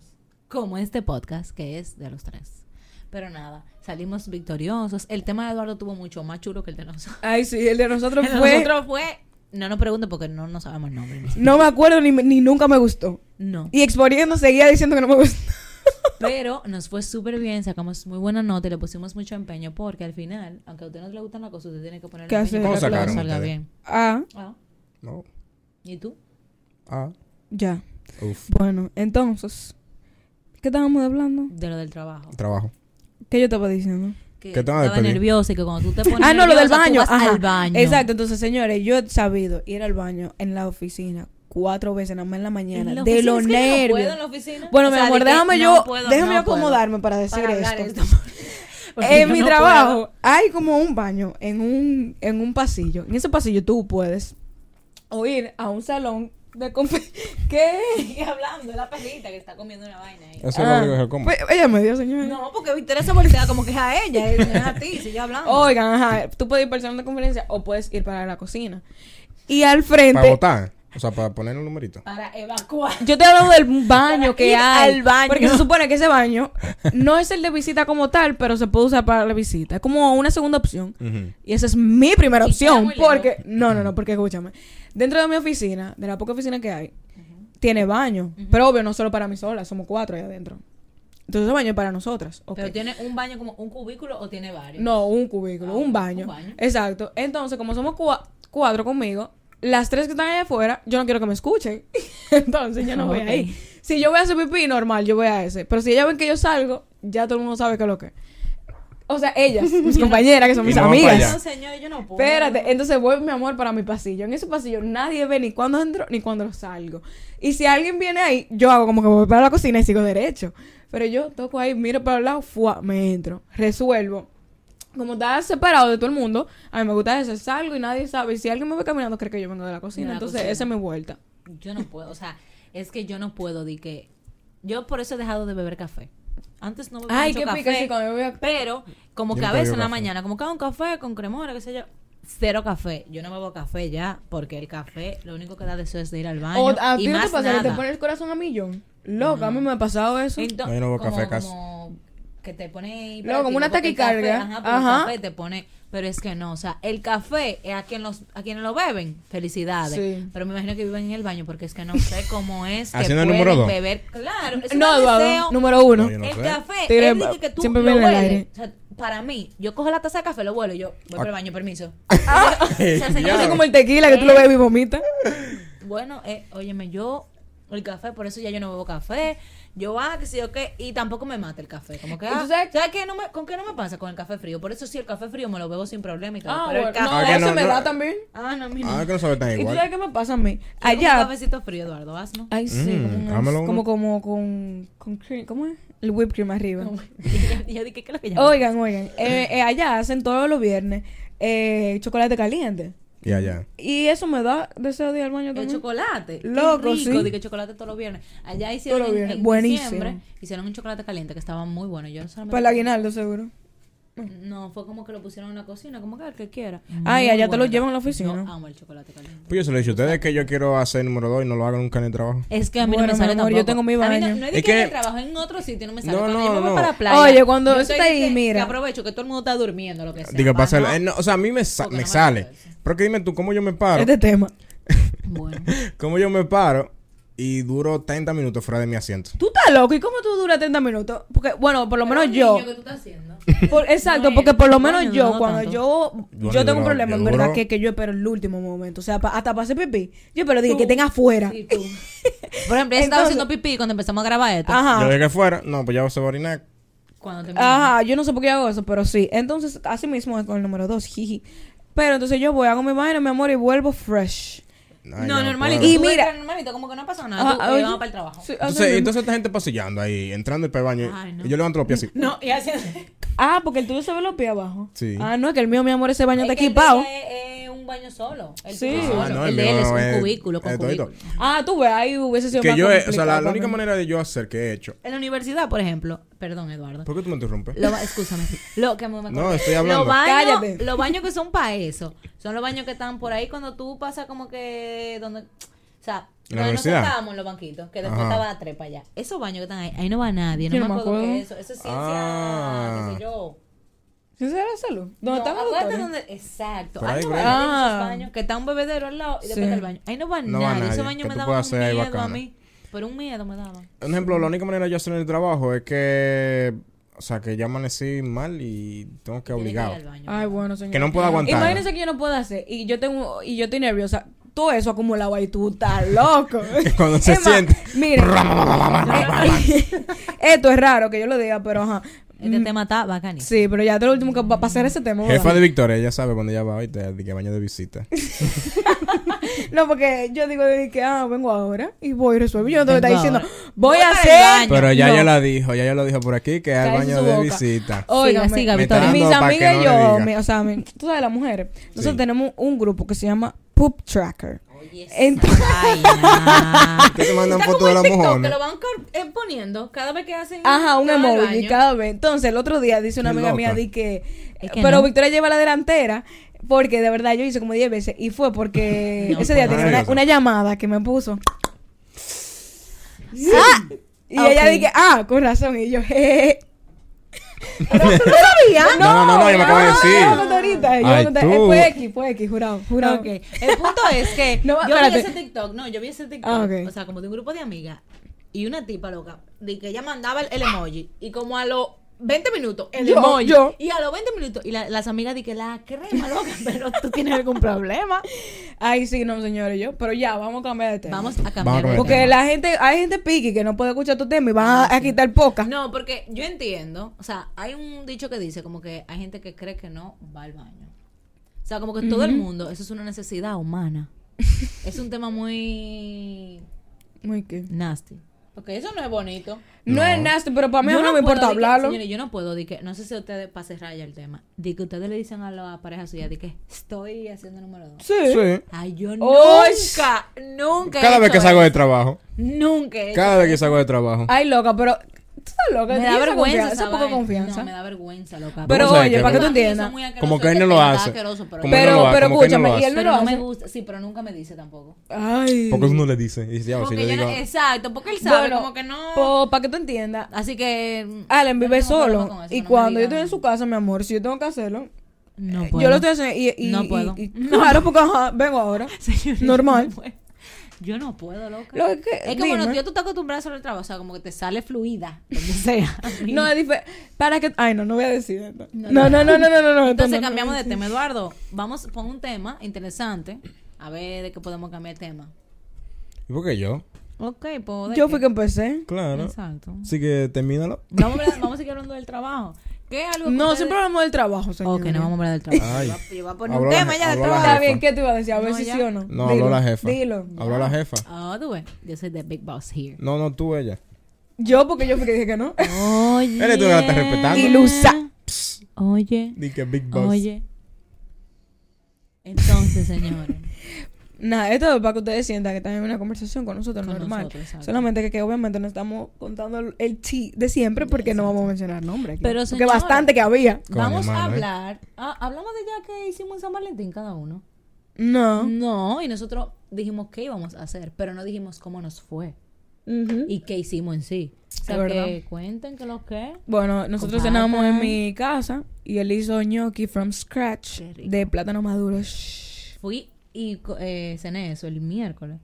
A: Como este podcast, que es de los tres. Pero nada, salimos victoriosos. El tema de Eduardo tuvo mucho más chulo que el de nosotros.
C: Ay, sí, el de nosotros
A: El de
C: fue...
A: nosotros fue... No nos pregunten porque no, no sabemos el nombre.
C: No me acuerdo ni, ni nunca me gustó.
A: No.
C: Y exponiendo seguía diciendo que no me gustó.
A: Pero nos fue súper bien, sacamos muy buena nota y le pusimos mucho empeño porque al final, aunque a usted no le gustan las cosas, usted tiene que poner
C: ¿Qué hace
A: empeño
C: la
A: para que todo
B: clase?
A: salga
B: ustedes?
A: bien.
C: Ah,
A: Ah,
B: No.
A: ¿Y tú?
B: Ah.
C: ya.
B: Uf.
C: Bueno, entonces, ¿qué estábamos hablando?
A: De lo del trabajo.
B: Trabajo.
C: ¿Qué yo estaba diciendo?
A: Que
B: ¿Qué te van a
A: estaba
B: despedir?
A: nerviosa y que cuando tú te pones
C: ah, no, lo del
A: nerviosa, tú
C: baño.
A: vas
C: Ajá.
A: al baño.
C: Exacto, entonces, señores, yo he sabido ir al baño en la oficina cuatro veces, nada más en la mañana,
A: En la
C: de
A: oficina,
C: los
A: es que yo no puedo
C: nervios.
A: en la oficina.
C: bueno,
A: O
C: mi
A: sea,
C: amor,
A: de que
C: déjame
A: no
C: yo,
A: puedo,
C: déjame
A: no puedo
C: acomodarme para decir
A: para hablar
C: esto.
A: esto. Porque
C: En
A: yo
C: mi
A: no
C: trabajo
A: puedo.
C: hay como un baño en un, en un pasillo. En ese pasillo tú puedes o ir a un salón de confe- ¿Qué?
A: Sigue hablando, la perrita que está comiendo una vaina ahí.
B: Eso es
C: Ah,
B: lo único que como.
C: pues, ella me dio, señora.
A: No, porque Victoria se voltea como que es a ella, eh, no es a ti, sigue hablando.
C: Oigan, ajá, tú puedes ir para el salón de conferencia o puedes ir para la cocina. Y al frente.
B: Para votar. O sea, para poner un numerito.
C: Ah.
A: Para evacuar.
C: Yo estoy hablando del baño que
A: Ir
C: hay.
A: al baño.
C: Porque se supone que ese baño no es el de visita como tal, pero se puede usar para la visita. Es como una segunda opción.
B: Ujú.
C: Y esa es mi primera
A: Y queda
C: opción.
A: muy lindo.
C: Porque, no, no, no, porque escúchame. Dentro de mi oficina, de la poca oficina que hay, tiene baño. Pero obvio, no solo para mí sola, somos cuatro ahí adentro. Entonces ese baño es para nosotras. ok.
A: Pero tiene un baño como un cubículo o tiene varios.
C: No, un cubículo,
A: Ah,
C: un,
A: un
C: baño.
A: baño.
C: Exacto. Entonces, como somos cua- cuatro conmigo, las tres que están allá afuera, yo no quiero que me escuchen. Entonces, yo no voy
A: Ok.
C: ahí. Si yo voy a hacer pipí, normal, yo voy a ese. Pero si ellas ven que yo salgo, ya todo el mundo sabe que es lo que. es. O sea, ellas, mis compañeras, que son
B: Y
C: mis
B: no van para
C: amigas.
B: allá.
A: No, señor, yo no puedo.
C: Espérate, entonces voy, mi amor, para mi pasillo. En ese pasillo nadie ve ni cuando entro ni cuando salgo. Y si alguien viene ahí, yo hago como que voy para la cocina y sigo derecho. Pero yo toco ahí, miro para el lado, fuá, me entro, resuelvo. Como está separado de todo el mundo, a mí me gusta eso, salgo y nadie sabe. Y si alguien me ve caminando, cree que yo vengo de la cocina.
A: De la
C: entonces,
A: cocina.
C: esa es mi vuelta.
A: Yo no puedo, o sea, es que yo no puedo, di que. Yo por eso he dejado de beber café. Antes no bebía
C: Ay,
A: mucho
C: qué
A: café,
C: pica, sí, cuando yo voy a-
A: Pero, como
B: Yo
A: que a
B: nunca
A: veces
B: bebo
A: en la
B: café.
A: mañana, como que hago un café con cremora, qué sé yo, cero café. Yo no bebo café ya, porque el café lo único que da deseo es de ir al baño.
C: o a ti
A: y
C: no te
A: más
C: pasa que te
A: nada.
C: pone el corazón a millón. Loca, a mí me ha pasado eso.
A: Ento-
B: No, yo no bebo
A: como-
B: café casi.
A: como que te pone
C: Luego, como una
A: hiperactivo porque el
C: taquicardia.
A: café, ajá, porque el
C: Ajá.
A: café te pone pero es que no o sea el café eh, a quien los a quienes lo beben felicidades
C: Sí.
A: pero me imagino que viven en el baño porque es que no sé cómo es que
B: Haciendo el
A: pueden
B: número dos.
A: beber claro es
C: no,
A: un
C: Eduardo,
A: deseo.
C: número uno.
B: No, yo no.
A: el
B: sé.
A: café
C: Tigre,
A: él dice que tú
C: siempre
A: lo
C: viene en el
A: hueles.
C: aire.
A: O sea, para mí yo cojo la taza de café lo huelo y yo voy para el baño permiso
C: Yo
B: Ah. Ya.
C: soy como el tequila que tú lo bebes y vomitas.
A: Bueno, eh, óyeme, yo el café, por eso ya yo no bebo café. Yo, ah, que sí, o qué, y tampoco me mata el café. Como que,
C: ¿Y tú
A: ah,
C: sabes-
A: ¿sabes, qué? No me, ¿Con qué no me pasa? Con el café frío. Por eso sí, el café frío me lo bebo sin problema y todo.
C: Ah,
A: pero
C: bueno.
A: el café...
C: No,
B: Ah, que
C: eso
B: no,
C: me
B: no.
C: da también.
A: Ah, no, mi no.
B: Ah, que no sabe tan
C: ¿Y tú
B: igual.
C: sabes qué me pasa a mí?
A: Allá. Un
C: Allá.
A: cafecito frío, Eduardo, hazlo.
C: Ah, Ay, sí.
B: Mm,
C: como, unos-
B: dámelo uno.
C: como, como con, con cream. ¿Cómo es? El whipped cream arriba.
A: Y yo dije, ¿qué es lo que llama?
C: Oigan, oigan. eh, eh, allá hacen todos los viernes eh, chocolate caliente.
B: Y allá.
C: Y eso me da deseo de ir al baño
A: El
C: también.
A: chocolate. Qué
C: Loco,
A: rico,
C: sí.
A: de que chocolate todos los viernes. Allá hicieron
C: Todos
A: en-
C: los viernes.
A: en
C: Buenísimo.
A: diciembre, hicieron un chocolate caliente que estaba muy bueno. Yo solamente...
C: Para el aguinaldo, seguro.
A: No, fue como que lo pusieron en la cocina, como que el que quiera.
C: Ay,
A: Muy
C: allá te lo
A: Mm, bueno.
C: llevan a la oficina.
A: Yo amo el chocolate caliente.
B: Pues yo se lo he dicho a ustedes que yo quiero hacer número dos y no lo hago nunca en el trabajo.
A: Es que a mí
C: Bueno,
A: no me sale
C: mi amor, yo
A: tampoco.
C: tengo mi
A: A mí
C: baño.
A: no, no es de
B: Es
A: que,
B: que-
A: yo trabajo en otro sitio, no me sale.
B: No,
A: cuando
B: no,
A: yo me voy
B: no.
A: para la playa.
C: Oye, cuando
A: yo
C: eso
A: estoy
C: está
A: de
C: ahí,
A: que-
C: mira.
A: Que aprovecho que todo el mundo está durmiendo, lo que sea.
B: Digo,
A: pa'
B: pasa
A: no-
B: eh, no, o sea, a mí me, sa-
A: Porque
B: me
A: no me
B: sale.
A: parece.
B: Porque dime tú, ¿cómo yo me paro?
C: Este tema.
A: Bueno.
B: ¿Cómo yo me paro y duro 30 minutos fuera de mi asiento?
C: Tú estás loco. ¿Y cómo tú duras 30 minutos? Porque, bueno, por lo menos yo.
A: ¿Qué tú estás haciendo?
C: Por- exacto,
A: No,
C: porque por lo
A: el
C: menos
A: baño
C: yo,
A: no
C: cuando
A: tanto.
C: yo,
B: Yo no
C: yo tengo un
B: duro,
C: problema,
B: yo
C: en verdad,
B: duro.
C: que, que yo espero el último momento. O sea, pa- hasta para hacer pipí. Yo espero dije, que tenga afuera.
A: Sí, tú. Por ejemplo, ella estaba
C: Entonces- Ah.
A: haciendo pipí cuando empezamos a grabar esto.
B: Yo
C: Ajá.
B: llegué fuera, no, pues ya se va a orinar.
A: Cuando terminamos.
C: Ajá, yo no sé por qué hago eso, pero sí. Entonces, así mismo es con el número dos, jiji. Pero entonces yo voy, hago mi vaina, mi amor, y vuelvo fresh.
B: Ay,
A: no,
B: ya
A: normalito.
B: puedo.
C: Y
A: tú
C: mira-
A: entras normalito, como que no ha pasado nada. tú,
C: Ah,
A: y
C: oye.
A: vamos para el trabajo.
C: Sí, así
B: Entonces,
C: mismo.
B: entonces esta gente pasillando ahí, entrando para el baño.
A: Ay, no.
B: Y yo levanto los pies así.
A: No, y haciendo...
C: Ah, porque el tuyo se ve los pies abajo.
B: Sí.
C: Ah, no, es que el mío, mi amor, ese baño está
A: Es que el
C: equipado.
A: de ella es- es un baño solo. El
C: Sí.
A: tuyo es
C: Ah,
A: solo.
B: no, el
A: el de él
B: mío
A: es
B: es-
A: un cubículo con
B: es todito.
A: cubículo.
C: Ah, tú ves, ahí hubiese sido
B: Que
C: más
B: yo, eh, o sea, la,
C: complicado
B: la única
C: para mí.
B: manera de yo hacer que he hecho.
A: En la universidad, por ejemplo, perdón, Eduardo.
B: ¿Por qué tú me interrumpes?
A: Lo, ba- escúchame. Lo que me, me
B: No, estoy hablando.
A: Los baños
C: Cállate.
A: los baños que son para eso. Son los baños que están por ahí cuando tú pasas como que donde o sea,
B: ¿En la
A: donde nos
B: universidad?
A: sentábamos en los banquitos, que después
B: Ajá.
A: estaba la trepa allá. Esos baños que están ahí, ahí no va nadie, no,
C: Yo
A: me, acuerdo, que eso, eso es ciencia,
B: Ah.
A: qué sé yo.
C: ¿Sí se ve la salud? ¿Dónde
A: No,
C: están los
A: acuérdate
C: doctores?
A: donde- exacto.
B: Por ahí,
A: Ahí no
B: por
A: va
B: ahí.
A: nadie en
C: ¿eh? Ah.
A: esos baños, que está un bebedero al lado y después
C: Sí.
A: está el baño. Ahí no va
B: No va
A: nadie.
B: nadie,
A: Esos baños
B: que
A: me
B: tú
A: daban
B: puedas
A: un
B: hacer ahí
A: miedo a
B: bacano.
A: mí. Pero un miedo me daban.
B: Un ejemplo, la única manera de yo hacer el trabajo es que. O sea, que ya amanecí mal y tengo
A: Tienes
B: que
A: que ir
B: obligado.
A: al baño.
C: Ay, bueno, señor.
B: Que no puedo aguantar.
C: Imagínense que yo no puedo hacer y yo tengo y yo estoy nerviosa. Todo eso acumulado ahí, tú estás loco.
B: Cuando se
C: Es más,
B: siente.
C: Mire. Esto es raro que yo lo diga, pero ajá.
A: Este tema está bacanísimo.
C: Sí, pero ya te lo último que va a pasar ese tema. ¿verdad?
B: Jefa de Victoria, ella sabe cuando ella va hoy, te que baño de visita.
C: No, porque yo digo de que ah, vengo ahora y voy y resuelvo. Yo no te voy a estar
A: Vengo
C: diciendo,
A: ahora.
C: voy
A: Voy
C: a
A: para
C: hacer.
A: el baño.
B: Pero ya
C: No.
B: ella la dijo, ya ella lo dijo por aquí, que es el
C: Cállese
B: baño
C: su
B: de
C: boca. Oh,
B: visita.
C: Óigame,
A: siga,
B: Me está Victoria. dando
C: mis
B: pa' que
C: amigas y
B: no le
C: yo,
B: diga.
C: mi- o sea, mi- tú sabes, las mujeres. Nosotros
B: Sí.
C: tenemos un grupo que se llama Poop Tracker.
A: Oye,
C: Entonces-
A: esa vaina.
B: ¿Qué te mandan
A: Está como
B: fotos de
A: el
B: la
A: TikTok, que
B: mojona?
A: lo van cor- eh, poniendo cada vez que hacen.
C: Ajá, un
A: que van al
C: emoji
A: baño.
C: cada vez. Entonces, el otro día dice una
B: Qué
C: amiga mía,
B: loca.
C: di que...
A: Es que
C: pero
A: no.
C: Victoria lleva la delantera Porque de verdad yo hice como 10 veces y fue porque ese día
A: pues,
C: tenía una,
B: Maravilloso.
C: una llamada que me puso.
A: Ah,
C: Y ella
A: Ok.
C: dije, ah, con razón. Y yo, jejeje.
A: pero tú no sabías.
B: No, no, no, no, yo me acabo de decir.
C: yo no conté ahorita, yo no
B: Ay,
C: conté-
B: tú.
C: eh, fue X, fue X, jurado, jurado.
A: Ok. El punto es que
C: No,
A: yo
C: espérate.
A: vi ese TikTok, no, yo vi ese TikTok,
C: Ah, ok.
A: o sea, como de un grupo de amigas y una tipa loca, de que ella mandaba el, el emoji y como a los 20 minutos el
C: Yo,
A: emoji
C: yo.
A: y a los 20 minutos y la- las amigas di que la crema loca, pero tú tienes algún problema.
C: Ay, sí, no, señores, yo. Pero ya, vamos a cambiar de tema.
A: Vamos a
B: Vamos a
A: cambiar. de
B: cambiar.
C: Porque
A: tema.
C: la gente, hay gente piqui que no puede escuchar tu tema y van a, a quitar pocas.
A: Ah, No, porque yo entiendo, o sea, hay un dicho que dice como que hay gente que cree que no va al baño. O sea, como que todo el mundo, eso es una necesidad humana. es un tema muy
C: Muy que-
A: nasty. Porque eso no es bonito.
C: No,
B: No.
C: es nasty, pero para mí no, me
A: puedo di
C: importa
A: que-
C: hablarlo.
A: señores, yo no puedo, di que, no sé si ustedes, para cerrar ya el tema, di que ustedes le dicen a la pareja suya, di que estoy haciendo número dos.
C: Sí.
B: Sí.
A: Ay, yo
C: Oh,
A: nunca, nunca. he
B: Cada vez
A: hecho
B: que salgo de
A: eso.
B: trabajo.
A: Nunca. he hecho
B: Cada vez que salgo de trabajo.
C: Ay, loca, pero. Tú estás loca.
A: me
C: y
A: da
C: esa
A: vergüenza.
C: confianza,
A: esa
C: Esa poca
A: vaina.
C: confianza.
A: No, me da vergüenza, loca.
B: Pero
A: Porque
B: oye,
A: mis
B: para que
A: amigos son
C: tú entiendas.
A: muy asquerosos,
B: Como que él no
A: este
B: lo
A: tema está
B: hace.
A: asqueroso, pero-
B: Como que él
C: Pero-
B: no lo hace.
C: pero
B: Como que él no
C: escúchame,
B: lo
C: y él
B: hace.
A: Pero
C: lo
A: no me
C: hace.
A: gusta. Sí, pero nunca me dice tampoco.
C: Ay.
B: Porque uno le dice. Y ya, si
A: Porque
B: yo
A: yo no-
B: digo.
A: exacto, porque él sabe
C: Bueno,
A: como que no.
C: po- para que tú entiendas.
A: Así que.
C: Allen
A: yo no
C: vive
A: tengo problema
C: solo.
A: con eso,
C: y
A: no me
C: cuando yo
A: digan-
C: estoy en su casa, mi amor, si yo tengo que hacerlo,
A: No
C: eh,
A: puedo.
C: yo lo estoy haciendo. Y, y-
A: No
C: y-
A: puedo.
C: y- claro, porque ajá, vengo ahora.
A: Señor, yo
C: Normal.
A: no puedo. Yo no puedo, loca.
C: Lo que-
A: es que bueno,
C: dime.
A: yo tú estás acostumbrada solo al trabajo, o sea, como que te sale fluida, donde sea.
C: No, es diferente. Para que. Ay, no, no voy a decir esto.
A: No,
C: No, no, no, no, no, no. no, esto
A: Entonces
C: no, no.
A: cambiamos de tema, Eduardo. Vamos con un tema interesante. A ver de qué podemos cambiar el tema.
B: ¿Y por qué yo?
A: Ok, pues. ¿de
C: Yo
A: qué?
C: fui que empecé.
B: Claro.
A: Exacto.
B: Así que termínalo.
A: Vamos a, hablar- vamos a seguir hablando del trabajo. ¿Qué es algo que
C: No,
A: ustedes-
C: siempre ¿eh? hablamos del trabajo, señor.
A: Ok, no vamos a hablar del trabajo.
B: Ay.
A: Yo voy a poner un
B: Habló la
A: tema
B: je-
A: ya del
B: habló la
A: trabajo.
C: Está
B: jefa.
C: bien, ¿qué te iba a decir? A ver
A: No,
C: si
A: ya.
C: sí o no.
B: No,
C: Dilo,
B: habló la jefa.
C: Dilo.
B: Habló la jefa.
A: Oh, tú ves. Yo soy the big boss here.
B: No, no, tú, ella.
C: Yo, porque yo fui que dije que no.
A: Oye.
B: Eres tú que la estás respetando.
C: Ilusa.
A: Oye.
B: Di que Big Boss.
A: Oye. Entonces, señores.
C: Nada, esto es para que ustedes sientan que están en una conversación con nosotros
A: Con
C: normal.
A: nosotros, exacto.
C: Solamente que, que obviamente no estamos contando el- el chi de siempre porque no vamos a mencionar nombre aquí.
A: Pero,
C: Porque
A: señora.
C: bastante que había.
B: Coño,
A: vamos a
B: mano, ¿eh?
A: hablar. Ah, hablamos de ya que hicimos en San Valentín cada uno.
C: No.
A: No, y nosotros dijimos qué íbamos a hacer, pero no dijimos cómo nos fue
C: Ujú.
A: y qué hicimos en sí. O
C: Es
A: sea,
C: verdad.
A: que cuenten que lo que.
C: Bueno, nosotros
A: Compartan.
C: cenamos en mi casa y él hizo gnocchi from scratch
A: Qué rico.
C: de plátano maduro. Shh.
A: Fui y co- eh, cené eso el miércoles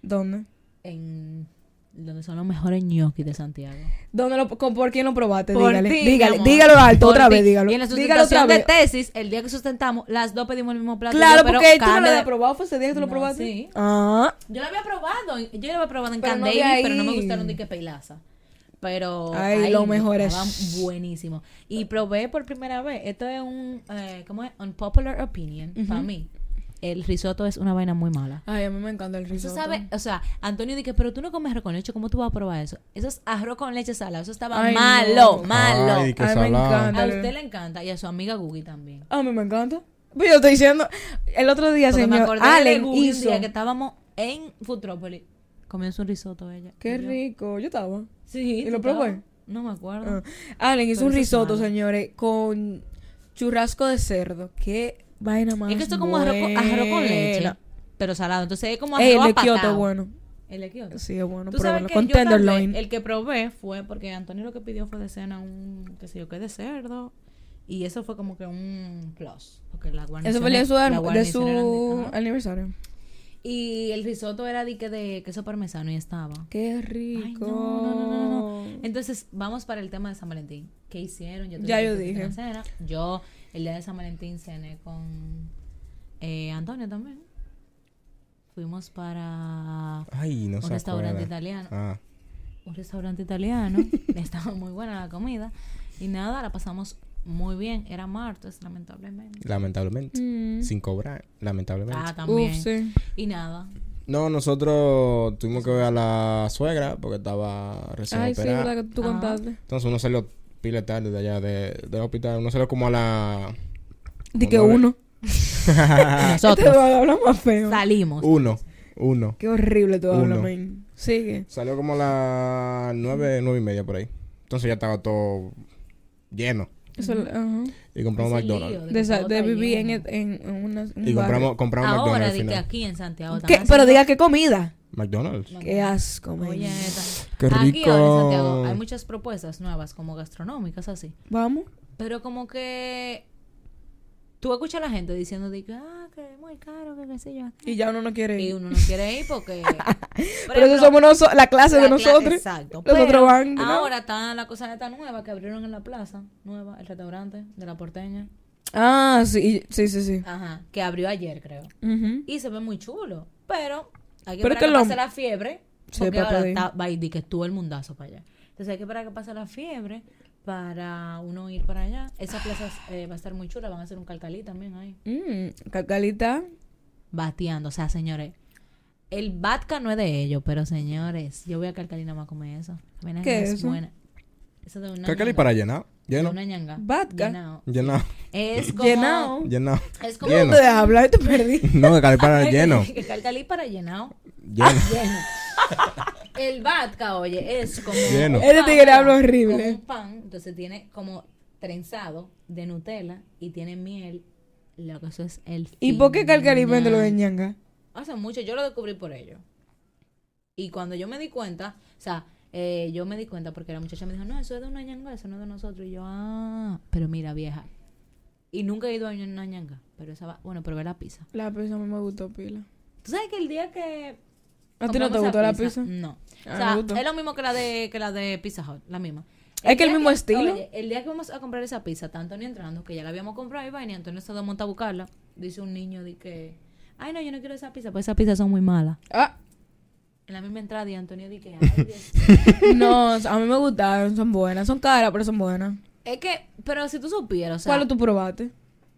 C: ¿Dónde?
A: en donde son los mejores ñoquis de Santiago.
C: ¿Dónde lo, con, ¿Por quién lo probaste?
A: Por
C: dígale,
A: ti, mi
C: dígale,
A: amor.
C: dígalo alto
A: Por
C: otra
A: ti.
C: vez, dígalo.
A: Y en la
C: Dígalo otra
A: sustentación de
C: vez.
A: tesis, el día que sustentamos, las dos pedimos el mismo plato.
C: Claro,
A: yo, pero
C: porque tú no lo
A: cambio de-
C: habías probado, fue ese día que tú lo
A: No,
C: probaste.
A: sí.
C: Ah,
A: Yo lo había probado, yo lo había probado en
C: Pero
A: Can
C: no de
A: Davis,
C: ahí.
A: pero no me gustaron de que peilaza. Pero
C: Ay, lo mejor es-
A: estaban buenísimos. Y probé por primera vez, esto es un, eh, ¿cómo es? Unpopular opinion, para mí. El risotto es una vaina muy mala.
C: ay, a mí me encanta el
A: Eso
C: risotto.
A: sabe, o sea, Antonio dice, pero tú no comes arroz con leche, ¿cómo tú vas a probar eso? Eso es arroz con leche salada, eso estaba
C: Ay, no.
A: malo, malo.
B: Ay, qué
C: Ay, me
B: salado.
C: encanta.
A: a
C: dale.
A: usted le encanta y a su amiga Gugi también.
C: A mí me encanta. Pues yo estoy diciendo, el otro día,
A: Porque me
C: señor,
A: acordé de
C: Allen
A: Gugi un
C: hizo.
A: día que estábamos en Futrópolis. Comienza un risotto ella.
C: Qué
A: Y yo-
C: rico, yo estaba.
A: Sí.
C: ¿Y
A: tú
C: lo probé?
A: estabas- No me acuerdo.
C: Ah. Allen hizo
A: Pero
C: un
A: eso es
C: risotto,
A: malo.
C: señores, con churrasco de cerdo. Qué vaina más
A: es que esto es como arroz con, arroz con leche,
C: buena.
A: pero salado. Entonces es como arroz
C: Ey, el de
A: apatado.
C: Kioto es bueno.
A: El de Kioto.
C: Sí, es bueno.
A: Tú sabes
C: Pruébalo.
A: que
C: Con
A: yo tal vez
C: tenderloin.
A: el que probé fue porque Antonio lo que pidió fue de cena un, qué sé yo, qué de cerdo. Y eso fue como que un plus. Porque la guarnición.
C: Eso fue el día de su,
A: la
C: de
A: guarnición era
C: su
A: ajá.
C: aniversario.
A: Y el risotto era de, que de queso parmesano y estaba.
C: Qué rico.
A: Ay, no, no, no, no, no. Entonces, vamos para el tema de San Valentín. ¿Qué hicieron? Yo
C: Ya
A: tuve
C: yo
A: que
C: dije.
A: hacer una cena. Yo, el día de San Valentín, cené con eh, Antonio también. Fuimos para
B: Ay, no
A: Un
B: sé.
A: restaurante italiano.
B: Ah.
A: un restaurante italiano. Estaba muy buena la comida. Y nada, la pasamos muy bien. Era martes, lamentablemente.
B: Lamentablemente. Sin cobrar, lamentablemente.
A: Ah, también.
C: Mm. Uf, sí.
A: Y nada.
B: No, nosotros tuvimos que ver a la suegra porque estaba recién
C: Ay, sí,
B: operada.
C: verdad que tú
A: Ajá.
C: contaste.
B: Entonces uno salió pila tarde de allá de- del hospital. Uno salió como a la...
C: Di que
B: Honores.
C: uno.
B: Este
C: Te
A: Nosotros
C: va a hablar más feo.
A: salimos.
B: uno. Uno.
C: Qué horrible tú hablas,
B: Uno.
C: man. Sigue.
B: Salió como a las nueve, nueve y media por ahí. Entonces ya estaba todo lleno.
C: Eso, ajá.
B: y compramos
A: Ese lío
B: McDonald's.
A: de que
C: De, esa-
A: todo
C: de
A: está
C: vivir en,
A: lleno.
C: en, en una- un
B: Y
C: barrio.
B: compramos, compramos
A: Ahora,
B: McDonald's al
A: di que
B: final.
A: aquí en Santiago
C: ¿Qué?
A: también
C: Pero
A: hacen-
C: diga qué comida.
B: McDonald's.
C: Qué asco, man.
A: Oye, esta.
B: Qué
A: Aquí ahora en
B: rico.
A: Santiago hay muchas propuestas nuevas, como gastronómicas, así.
C: Vamos.
A: Pero como que tú escuchas a la gente diciendo, de que, ah, que es muy caro, que qué sé yo.
C: Y ya uno no quiere
A: Y
C: ir.
A: uno no quiere ir porque... Por
C: Pero eso
A: ejemplo,
C: somos noso- la clase de
A: la cla-
C: nosotros.
A: Exacto.
C: Los
A: pero
C: otros van. ¿no?
A: ahora está la cosa esta nueva que abrieron en la plaza, nueva, el restaurante de la porteña.
C: Ah, sí, sí, sí. sí.
A: Ajá, que abrió ayer, creo.
C: Ujú.
A: Y se ve muy chulo. Pero hay que
C: Pero
A: esperar
C: que
A: que,
C: lo-
A: pase la fiebre.
C: Sí,
A: Porque
C: para
A: ahora
C: pedir.
A: está, va y di que estuvo el mundazo para allá. Entonces hay que esperar que pase la fiebre para uno ir para allá. Esa plaza eh, va a estar muy chula. Van a hacer un calcalí también ahí.
C: Mm, Calcalita.
A: Bateando. O sea, señores. El Batca no es de ellos, pero señores, yo voy a Calcalí nada más a comer eso. Mira,
C: ¿Qué
A: es
C: es eso?
A: buena. Eso de una
B: ¿Qué cali
A: ñanga.
B: para llenar?
A: De
B: Lleno.
A: una ñanga.
C: Vatca.
A: Llenao.
B: Llenado.
A: Es como...
C: Llenao.
B: Llenado.
A: Es como...
B: Lleno.
C: ¿Dónde deja hablar? Te perdí.
B: No, que cali para lleno.
A: El Calcalí para llenado.
B: Lleno.
A: lleno. El vodka, oye, es como.
B: Lleno.
A: un
C: Ese
A: pan,
C: tigre habla horrible.
A: como un pan, entonces tiene como trenzado de Nutella y tiene miel. Lo que eso es el.
C: ¿Y por qué Calcalí
A: final.
C: vende lo de ñanga?
A: Hace mucho, yo lo descubrí por ello. Y cuando yo me di cuenta, o sea, eh, yo me di cuenta porque la muchacha me dijo, no, eso es de una ñanga, eso no es de nosotros. Y yo, ah, pero mira, vieja. Y nunca he ido a una ñanga, pero esa va, bueno, probé la pizza.
C: La pizza a mí me gustó pila.
A: ¿Tú sabes que el día que
C: ¿A ti no te
A: Compramos
C: gustó la
A: esa
C: pizza?
A: No.
C: Ah,
A: o sea,
C: me gustó.
A: es lo mismo que la de que la de Pizza Hut, la misma.
C: Es que el
A: día
C: mismo estilo.
A: oye, el día que vamos a comprar esa pizza, está Antonio entrando, que ya la habíamos comprado y vaina, y Antonio se da monta a buscarla. Dice un niño de que, ay no, yo no quiero esa pizza, pues esas pizzas son muy malas.
C: Ah,
A: En la misma entrada y Antonio de que, ay Dios.
C: no, a mí me gustaron, son buenas. Son caras, pero son buenas.
A: es que, pero si tú supieras, o sea,
C: ¿Cuál tú probaste?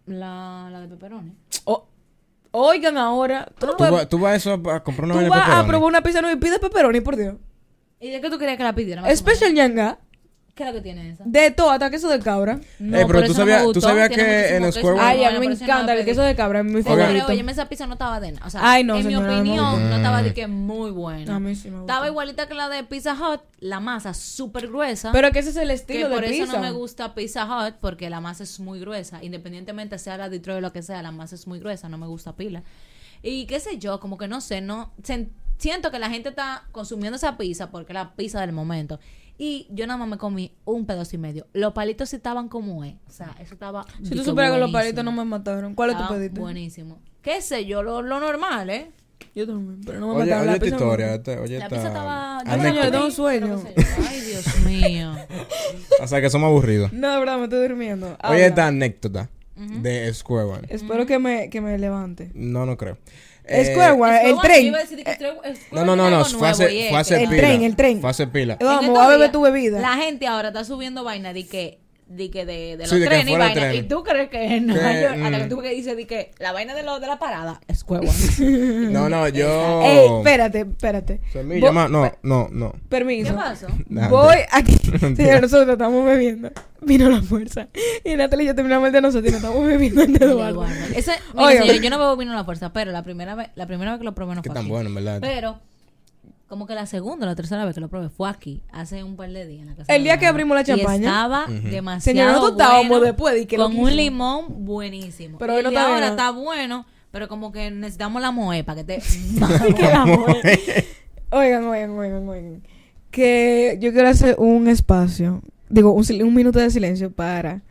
A: la, la de peperoni.
C: Oh, oigan ahora. Tú, no
B: ¿Tú,
C: puedes-
B: vas- tú vas a eso a comprar una
C: tú
B: vaina de
C: vas a
B: pepperoni?
C: probar una pizza nueva y pides pepperoni, por Dios.
A: ¿Y de qué tú querías que la pidiera? más o menos?
C: Especial ñanga.
A: ¿Qué es lo que tiene esa?
C: De todo, hasta queso de cabra.
A: No,
B: pero tú
A: eso
B: sabías-
A: me
B: tú
A: gustó,
B: sabías
A: tiene
B: que
A: muchísimo
B: en
A: queso.
B: Square One-
C: Ay, a
A: Bueno,
C: mí me
A: pero ese no lo
C: encanta el
A: pedí.
C: queso de cabra, es mi
A: Pero,
C: favorito.
A: oye, esa pizza no estaba de nada. O sea,
C: Ay, no,
A: en mi
C: señora, no.
A: opinión, no estaba de que muy buena.
C: A mí sí me gusta.
A: Estaba igualita que la de Pizza Hut, la masa súper gruesa.
C: Pero que ese es el
A: que
C: estilo de
A: por
C: pizza.
A: eso no me gusta Pizza Hut, porque la masa es muy gruesa. Independientemente sea la Detroit o lo que sea, la masa es muy gruesa, no me gusta pila. Y qué sé yo, como que no sé, no sen- siento que la gente está consumiendo esa pizza porque es la pizza del momento. Y yo nada más me comí un pedazo y medio. Los palitos sí estaban como es. O sea, eso estaba. de
C: Si tú
A: que
C: supieras que los
A: buenísimo.
C: palitos no me mataron, ¿cuál es tu
A: Estaba
C: pediste?
A: Buenísimo. Qué sé yo, lo, lo normal, ¿eh?
C: Yo también, pero no me
B: Oye,
C: mataron.
B: oye
C: la
B: esta
C: pizza me
B: historia.
C: mató.
B: este- oye
A: La
B: esta
A: pizza estaba. yo
C: Anécdota.
A: me la
C: Tengo
A: comí,
C: un sueño.
A: pero qué sé yo. Ay, Dios mío.
B: O sea, que somos aburridos.
C: No, de verdad, me estoy durmiendo.
B: Oye
A: Ah,
C: Habla.
B: esta anécdota de Square One.
C: Espero que me, que me levante.
B: No, no creo. Eh,
C: Square One, el
A: Yo
C: tren.
A: iba a decir que Square- Square
B: No, no, no,
A: tiene
B: no.
A: algo
B: Fue
A: nuevo, y
B: hace,
A: es
B: fue hace
A: que-
C: El
B: pila.
C: tren, el tren.
B: Fue hace pila.
A: En
C: Vamos,
A: estos
C: a beber
A: días,
C: tu bebida.
A: este La gente ahora está subiendo vaina de que de que de, de los
B: Sí, de que
A: trenes y
B: fuera
A: vaina
B: de tren.
A: y tú crees que en Nueva
B: Que,
A: York hasta
B: mm.
A: que tú que dices de que la vaina de lo de la parada es cueva ¿Qué
B: No, no, yo.
C: Ey, Eh, espérate, espérate.
B: Semilla,
C: Vo-
B: ma- No, no, no.
C: Permiso.
A: pasó?
B: Nah,
C: Voy aquí. Señores, nosotros estamos bebiendo. Vino la fuerza. Y Natalia y yo terminamos el de nosotros y nos estamos bebiendo el de Eduardo.
A: Ese, mira,
C: Oigan.
A: señor, yo no bebo vino a la fuerza, pero la primera vez la primera vez que lo probé no
B: Qué
A: fue
B: tan
A: aquí.
B: bueno, en verdad.
A: Pero como que la segunda o la tercera vez que lo probé fue aquí, hace un par de días en la casa.
C: El
A: de
C: día
A: mi
C: que
A: mamá.
C: abrimos la
A: Y
C: champaña.
A: estaba demasiado
C: Señora, nosotros estábamos
A: bueno,
C: después de que lo
A: con un
C: quisimos.
A: limón buenísimo.
C: Pero
A: Y
C: hoy no
A: el de
C: está
A: ahora
C: bueno.
A: está bueno, pero como que necesitamos la moe para que te
C: Que la mujer- Oigan, oigan, oigan, oigan. Que yo quiero hacer un espacio. Digo, un, sil- un minuto de silencio para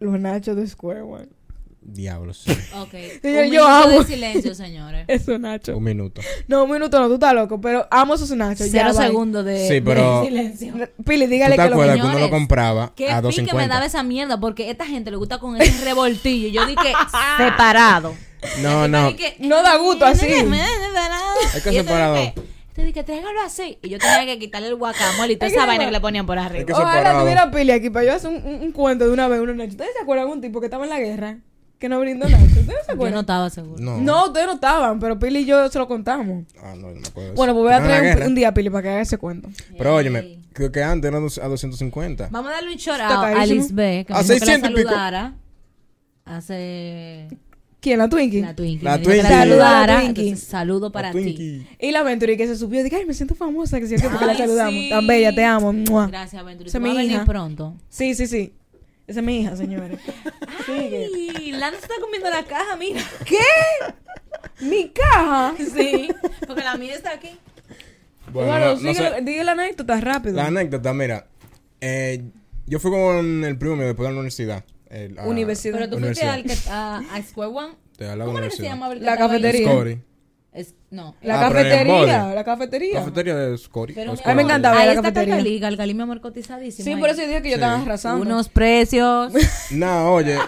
C: los nachos de Square One.
B: Diablos.
A: Ok.
C: Señor,
A: un
C: yo
A: minuto
C: amo.
A: de silencio, señores.
C: Esos nachos.
B: Un minuto.
C: No, un minuto no, tú estás loco, pero amo esos nachos.
A: Cero
C: ya, bye.
A: segundos de,
B: Sí, pero-
A: de silencio.
C: Pili,
B: ¿Tú
C: dígale
B: te
C: que lo
B: acuerdas que uno lo
A: señores,
B: compraba
A: Qué
B: a
A: pique me daba
B: 250?
A: esa mierda porque esta gente le gusta con ese revoltillo. Yo dije separado.
B: No, no.
A: Dije,
C: No da gusto así.
B: Es que
A: Y yo te
B: separado.
A: dije- Te dije, tráigalo así. Y yo tenía que quitarle el guacamole y toda
C: Es que
A: esa
C: no
A: vaina
C: va-
A: que le ponían por arriba.
B: que
C: Ojalá
B: separado.
C: tuviera Pili aquí para yo hacer un, un- un cuento de una vez, unos nachos. ¿Ustedes se acuerdan de un tipo que estaba en la guerra? Que no brindó nachos. ¿Ustedes se
A: Yo no
C: acuerdan?
A: estaba seguro.
B: No.
C: no, ustedes no estaban, pero Pili y yo se lo contamos.
B: Ah, no, no me acuerdo. de
C: Bueno,
B: eso.
C: pues voy a
B: Estaba en la
C: traer un,
B: guerra.
C: un día, Pili, para que haga ese cuento.
B: Pero óyeme, creo que antes era dos- a 250.
A: Vamos a darle un shout
C: Está
A: out a
C: carísimo.
A: Lisbeth, que
B: A
A: me dijo que la
B: 600 y pico.
A: saludara. Hace
C: ¿Quién? ¿La Twinkie?
A: la Twinkie.
B: La
A: me dijo que
B: Twinkie.
A: la saludara.
C: Saluda a la Twinkie.
A: Entonces, saludo para ti.
B: Twinkie.
C: Y la Venturi que se subió. Dije, ay, me siento famosa, que siento porque la
A: Ay,
C: saludamos.
A: sí.
C: Tan bella, te amo. Mua.
A: Gracias, Ventura.
C: Esa
A: Se
C: es
A: me
C: mi
A: venir
C: hija.
A: pronto.
C: Sí, sí, sí. Esa es mi hija, señores. Sigue.
A: Y Lana se está comiendo la caja, mira.
C: ¿Qué? ¿Mi caja?
A: Sí, porque la mía está aquí.
B: Bueno,
C: Eduardo,
B: no- no
C: sigue-
B: sé.
C: diga la anécdota rápido.
B: La anécdota, mira. eh, yo fui con el primo mío después de la universidad. el- a-
C: Universidad.
A: Pero tú fuiste
B: Universidad.
A: al que, a, a Square One.
B: Te da la
A: ¿Cómo era que se
B: universidad.
A: llamaba el que
C: La
A: estaba ahí?
C: cafetería.
B: Discovery.
A: Es- no.
C: La,
B: Ah, pero en el
C: cafetería,
B: borde.
C: la cafetería.
B: Cafetería de Scori.
A: Pero
B: o
A: mi
B: Scori.
C: A mí me
A: amor,
C: encantaba ir a
A: Ahí
C: la
A: está
C: cafetería.
A: Galgalí, Galgalí, mi amor, cotizadísimo.
C: Sí,
A: ahí.
C: por eso yo dije que yo
B: Sí.
C: estaba arrasando.
A: Unos precios.
B: No, oye.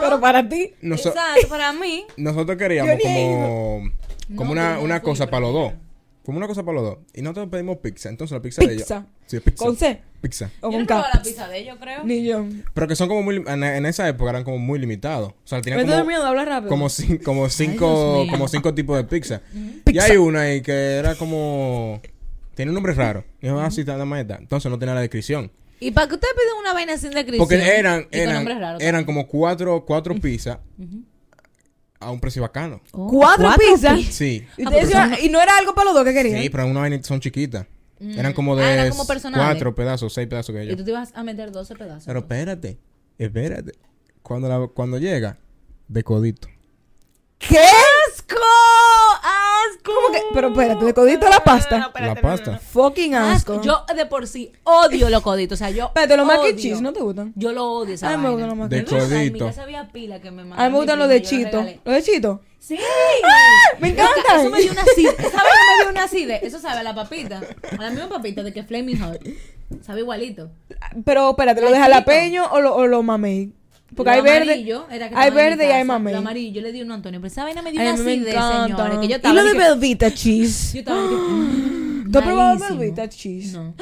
C: Pero para ti.
B: noso-
A: Exacto, para mí.
B: nosotros queríamos
C: Yo ni he
B: como, como
A: No,
B: una,
A: yo no
B: una
A: fui,
B: cosa
A: pero
B: para los dos.
A: mira.
B: Como una cosa para los dos. Y nosotros pedimos pizza. Entonces la pizza, de ellos.
C: Pizza.
B: Sí, pizza.
C: ¿Con C?
B: Pizza.
C: ¿O
A: yo
C: con
A: no probaba la
C: K?
A: pizza de ellos, creo.
C: Ni yo.
B: Pero que son como muy. lim- En, en esa época eran como muy limitados. O sea,
C: Me
B: tenían
C: estoy
B: como.
C: miedo, habla rápido.
B: Como, cin- como cinco
A: mío.
B: como cinco tipos de pizza. Y hay una ahí que era como. Tiene un nombre raro. Y yo, ah, sí, está la maestra. Entonces no tenía la descripción.
A: Y para que ustedes pidan una vaina sin descripción.
B: Porque eran,
A: y con
B: eran,
A: nombres raros.
B: eran como cuatro, cuatro pizzas a un precio bacano.
A: Oh,
C: ¿Cuatro, pizzas?
B: Sí.
C: Y,
A: Ah,
C: te
A: pero
C: decía- y no era algo para los dos que querían.
B: Sí, pero una vaina son chiquitas. Eran como de
A: Ah, eran como personales.
B: cuatro pedazos, seis pedazos que
A: Y tú
B: ellos.
A: te ibas a meter 12 pedazos.
B: Pero espérate, espérate. Cuando, la, cuando llega, de codito.
C: ¿Qué?
A: ¡Asco! ¡Asco!
C: ¿Cómo que? Pero espérate, de codito a la pasta.
B: la pasta.
C: Fucking asco.
A: Asco. Ah, Yo de por sí odio los coditos. O sea, yo.
C: Espérate, los mac and
A: odio.
C: cheese, ¿no te gustan?
A: Yo lo odio esa
C: A mí me
A: vaina.
C: gustan los mac
B: De
C: and
A: ¿Verdad?
B: codito.
A: En mi casa había pila que me
C: cheese. A mí me gustan los de chito. ¿Los de chito?
A: Sí.
C: ¡Ah! ¡Me
A: Loca,
C: encantan!
A: Eso me dio una acidez. Esa vaina me dio una acidez. Eso sabe a la papita. A la misma papita de que Flaming Hot. Sabe igualito.
C: Pero espérate, ¿lo
A: Los
C: de
A: de
C: jalapeño o los lo mamey? Porque
A: Lo
C: hay verde.
A: amarillo era que
C: Hay
A: estaba en mi
C: verde y hay
A: casa.
C: mamey.
A: Lo amarillo, yo le di uno a Antonio. Pero esa vaina me dio
C: Ay, a
A: una
C: mí me
A: acidez,
C: encanta.
A: señores. Que yo
C: y
A: estaba
C: lo de
A: de que-
C: Velvita Cheese.
A: Yo estaba de que, mm,
C: ¿Tú has probado
A: malísimo.
C: Velvita Cheese?
A: No.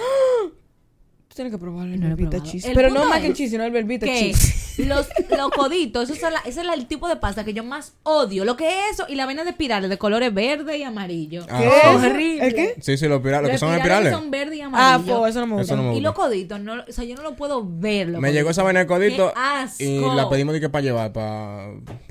C: Tú tienes que probar el
A: No lo he
C: Velvita
A: probado.
C: Cheese.
A: El
C: Pero no
A: punto
C: mac and
A: es
C: cheese, sino el Velvita
A: que
C: Cheese.
A: los, los coditos, eso son la- ese es el tipo de pasta que yo más odio. Lo que es eso y la vaina de espirales de colores verde y amarillo.
B: Ah,
C: ¿Qué
B: sí.
C: es?
A: Horrible.
C: ¿El qué?
B: Sí, sí, los pirales, lo que
A: Los
B: son
A: espirales
B: espirales.
A: son verde y
C: Ah,
A: amarillo.
C: fo, eso no me gusta.
B: Eso no me
A: y
B: gusta.
A: los coditos, no, o sea, yo no lo puedo ver. los
B: Me llegó
A: coditos.
B: esa vaina de codito
A: Qué asco.
B: y la pedimos de que para llevar, para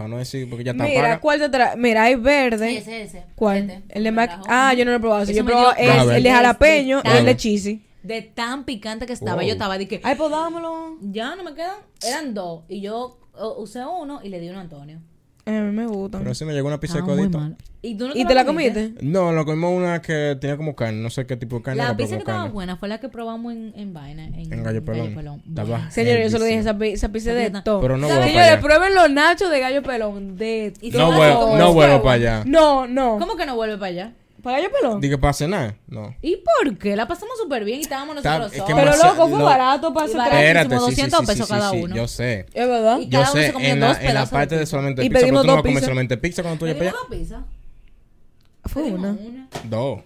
B: no decir, porque ya está
C: Mira,
B: paga.
C: ¿cuál te trae? Mira, hay verde.
A: Sí, ese, ese.
C: ¿Cuál?
A: Este,
C: el de
A: me
C: Mac.
A: trajo.
C: Ah, yo no lo he probado. sí,
A: Eso
C: yo he
A: me
C: probado
A: dio
C: el,
B: asco.
C: el de jalapeño y el
B: Déjame.
C: de cheesy.
A: De tan picante que estaba,
B: Wow.
A: yo estaba de que
C: Ay, pues dámelo.
A: ya no me quedan. Eran dos. Y yo o, usé uno y le di uno a Antonio.
C: A mí me gusta.
B: Pero sí me llegó una pizza de
A: Estaba muy
B: codito.
A: mal. ¿Y, tú no
C: ¿Y te la comiste?
B: No, lo comimos una que tenía como carne, no sé qué tipo de carne.
A: La
B: era, pero
A: pizza que
B: con
A: estaba
B: carne.
A: buena fue la que probamos en, en vaina. En,
B: En Gallo Pelón. Estaba
A: Buena.
C: Señores, yo se lo dije,
B: Riquísimo.
C: esa, pi- esa pizza es de
A: Riquísima.
C: todo.
B: Pero no voy para
C: Señores,
B: allá.
C: prueben los nachos de gallo pelón. De
A: Y
B: No
A: son
B: vuelvo,
A: asco,
B: no
A: es
B: vuelvo
A: huevo.
B: para allá.
C: No, no.
A: ¿Cómo que no vuelve para allá?
C: ¿Para gallo pelón?
B: Dije, para cenar. No.
A: ¿Y por qué? La pasamos súper bien y estábamos
B: Está-
A: nosotros
B: es que
A: solos.
C: Pero
B: demasiado-
C: loco, fue
B: lo-
C: barato para hacer
A: barato.
C: tres.
B: Espérate,
A: como
B: sí, sí,
A: 200
B: sí,
A: pesos
B: sí,
A: cada
B: sí,
A: uno.
B: Yo sé.
C: Es verdad.
A: Y
B: Yo
A: cada uno se
B: sé,
A: comió
B: en la,
A: dos
B: en la
A: pedazos de
B: parte de
A: pizza.
B: solamente
C: Y
B: pizza, pero
C: pedimos
B: tú no
C: dos
B: vas a comer
C: pizzas.
B: solamente pizza cuando tú vayas para
A: Pedimos
B: allá.
A: dos pizzas.
C: Fue
A: Pedimos
C: una.
A: una.
B: Dos.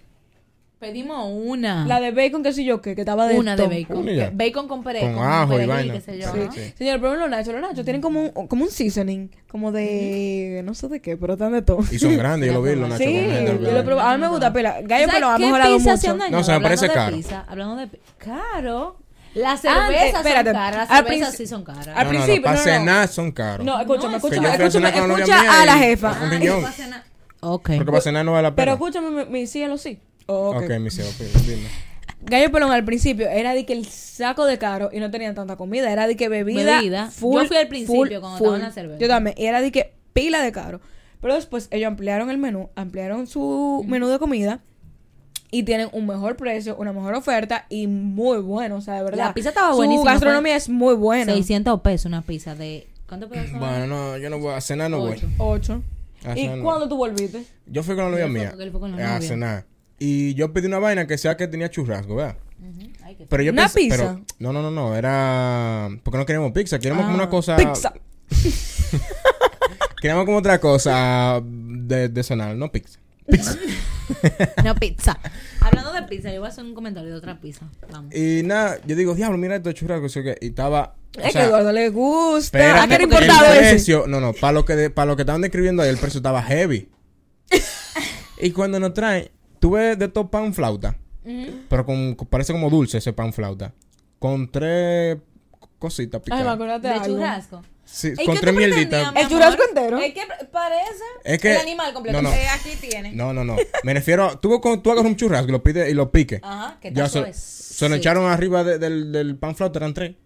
A: Pedimos una.
C: La de bacon, qué sé yo, qué, que estaba de
A: una de
C: todo.
A: bacon.
B: Una ya.
A: Que- Bacon con perejil.
B: Con ajo y
A: perejil,
B: vaina.
A: qué sé yo,
B: Sí,
A: ajá.
B: Ah, sí.
C: Señor, prueben los nachos. Los nachos tienen como un, como un seasoning, como de no sé de qué, pero están de todo.
B: Mm. Y son grandes, yo lo vi, los nachos.
C: Sí,
B: con gente,
C: yo
B: lo vi.
C: lo probé. A mí me gusta, pela. Gallo
A: ¿Sabes
C: pelón ha
A: qué
C: mejorado
A: pizza se han
C: mucho.
A: dañado?
B: No, o sea, me
A: Hablando
B: parece
A: de
B: caro.
A: Pizza, hablando de pi- caro. Las
C: Antes,
A: cervezas
C: espérate,
A: son caras.
C: al
A: Las cervezas
C: princi-
A: sí son caras.
C: al
B: No, no,
C: principio,
B: no, para
C: no, no, no.
B: cenar son caros.
C: No, escúchame,
A: No, es que
C: escúchame,
A: yo fui a
C: escúchame,
B: cenar con una novia
C: escucha
B: mía
C: a la
B: y-
C: jefa.
B: Ah, un
A: Ay,
B: riñón.
A: no pasa nada. Ok.
B: Porque para cenar no vale la
C: Pero
B: pena.
C: escúchame, mi, mi sí, lo sí. Oh,
B: Ok,
C: Ok.
B: mi cielo, pues, dime.
C: Gallo Pelón al principio era de que el saco de caro y no tenían tanta comida, era de que bebida,
A: Bebida. Yo fui al principio cuando estaban las cervezas.
C: Yo también, y era de que pila de caro. Pero después ellos ampliaron el menú, ampliaron su menú de comida y tienen un mejor precio, una mejor oferta y muy bueno, o sea, de verdad.
A: La pizza estaba
C: Su
A: buenísima,
C: gastronomía es muy buena.
A: 600 pesos una pizza de... ¿Cuánto pedazos? son?
B: Bueno, no, yo no voy a cenar, no voy.
A: Ocho.
C: Ocho.
B: Ah,
C: ¿Y
B: sí, no.
C: cuándo tú volviste?
B: Yo fui con la novia
A: Él fue-
B: mía
A: él fue con la
B: a
A: novia.
B: cenar. Y yo pedí una vaina que sea que tenía churrasco, ¿verdad?
A: Ujú. Ay, qué
B: Pero yo
C: ¿Una
B: pensé-
C: pizza?
B: pero- no, no, no, no. Era. Porque no queríamos pizza. Queríamos como
A: Ah,
B: una cosa.
C: Pizza.
B: Queríamos como otra cosa de, de cenar, no pizza.
A: No, pizza. Hablando de pizza, yo voy a hacer un comentario de otra pizza. Vamos.
B: Y nada, yo digo, diablo, mira esto churrasco. sí, que- Y estaba. o
C: es
B: sea,
C: que Eduardo le gusta.
B: espérate,
C: ¿A qué le
B: porque
C: importaba
B: el
C: eso?
B: precio, No, no, para lo, que de- para lo que estaban describiendo ahí, el precio estaba heavy. y cuando nos traen, tuve de todo pan flauta.
A: Ujú.
B: Pero con, con- parece como dulce ese pan flauta. Con tres cositas
C: Ay, me
B: picadas.
C: acordaste
A: De
C: algo.
A: churrasco.
B: Sí,
A: ¿Y
B: con
A: qué
B: tres
A: tú
B: mierditas.
A: pretendías, mi
C: ¿El
A: amor?
C: churrasco entero?
A: Es que parece
B: Es que-
A: el animal completo.
B: no, no.
A: Eh, aquí tiene.
B: No, no, no. Me refiero a. Tú, con- tú hagas un churrasco y lo, pides, y lo piques.
A: Ajá, que
B: Ya
A: tal
B: se,
A: es?
B: se lo echaron arriba de- del, del pan flauta, eran tres.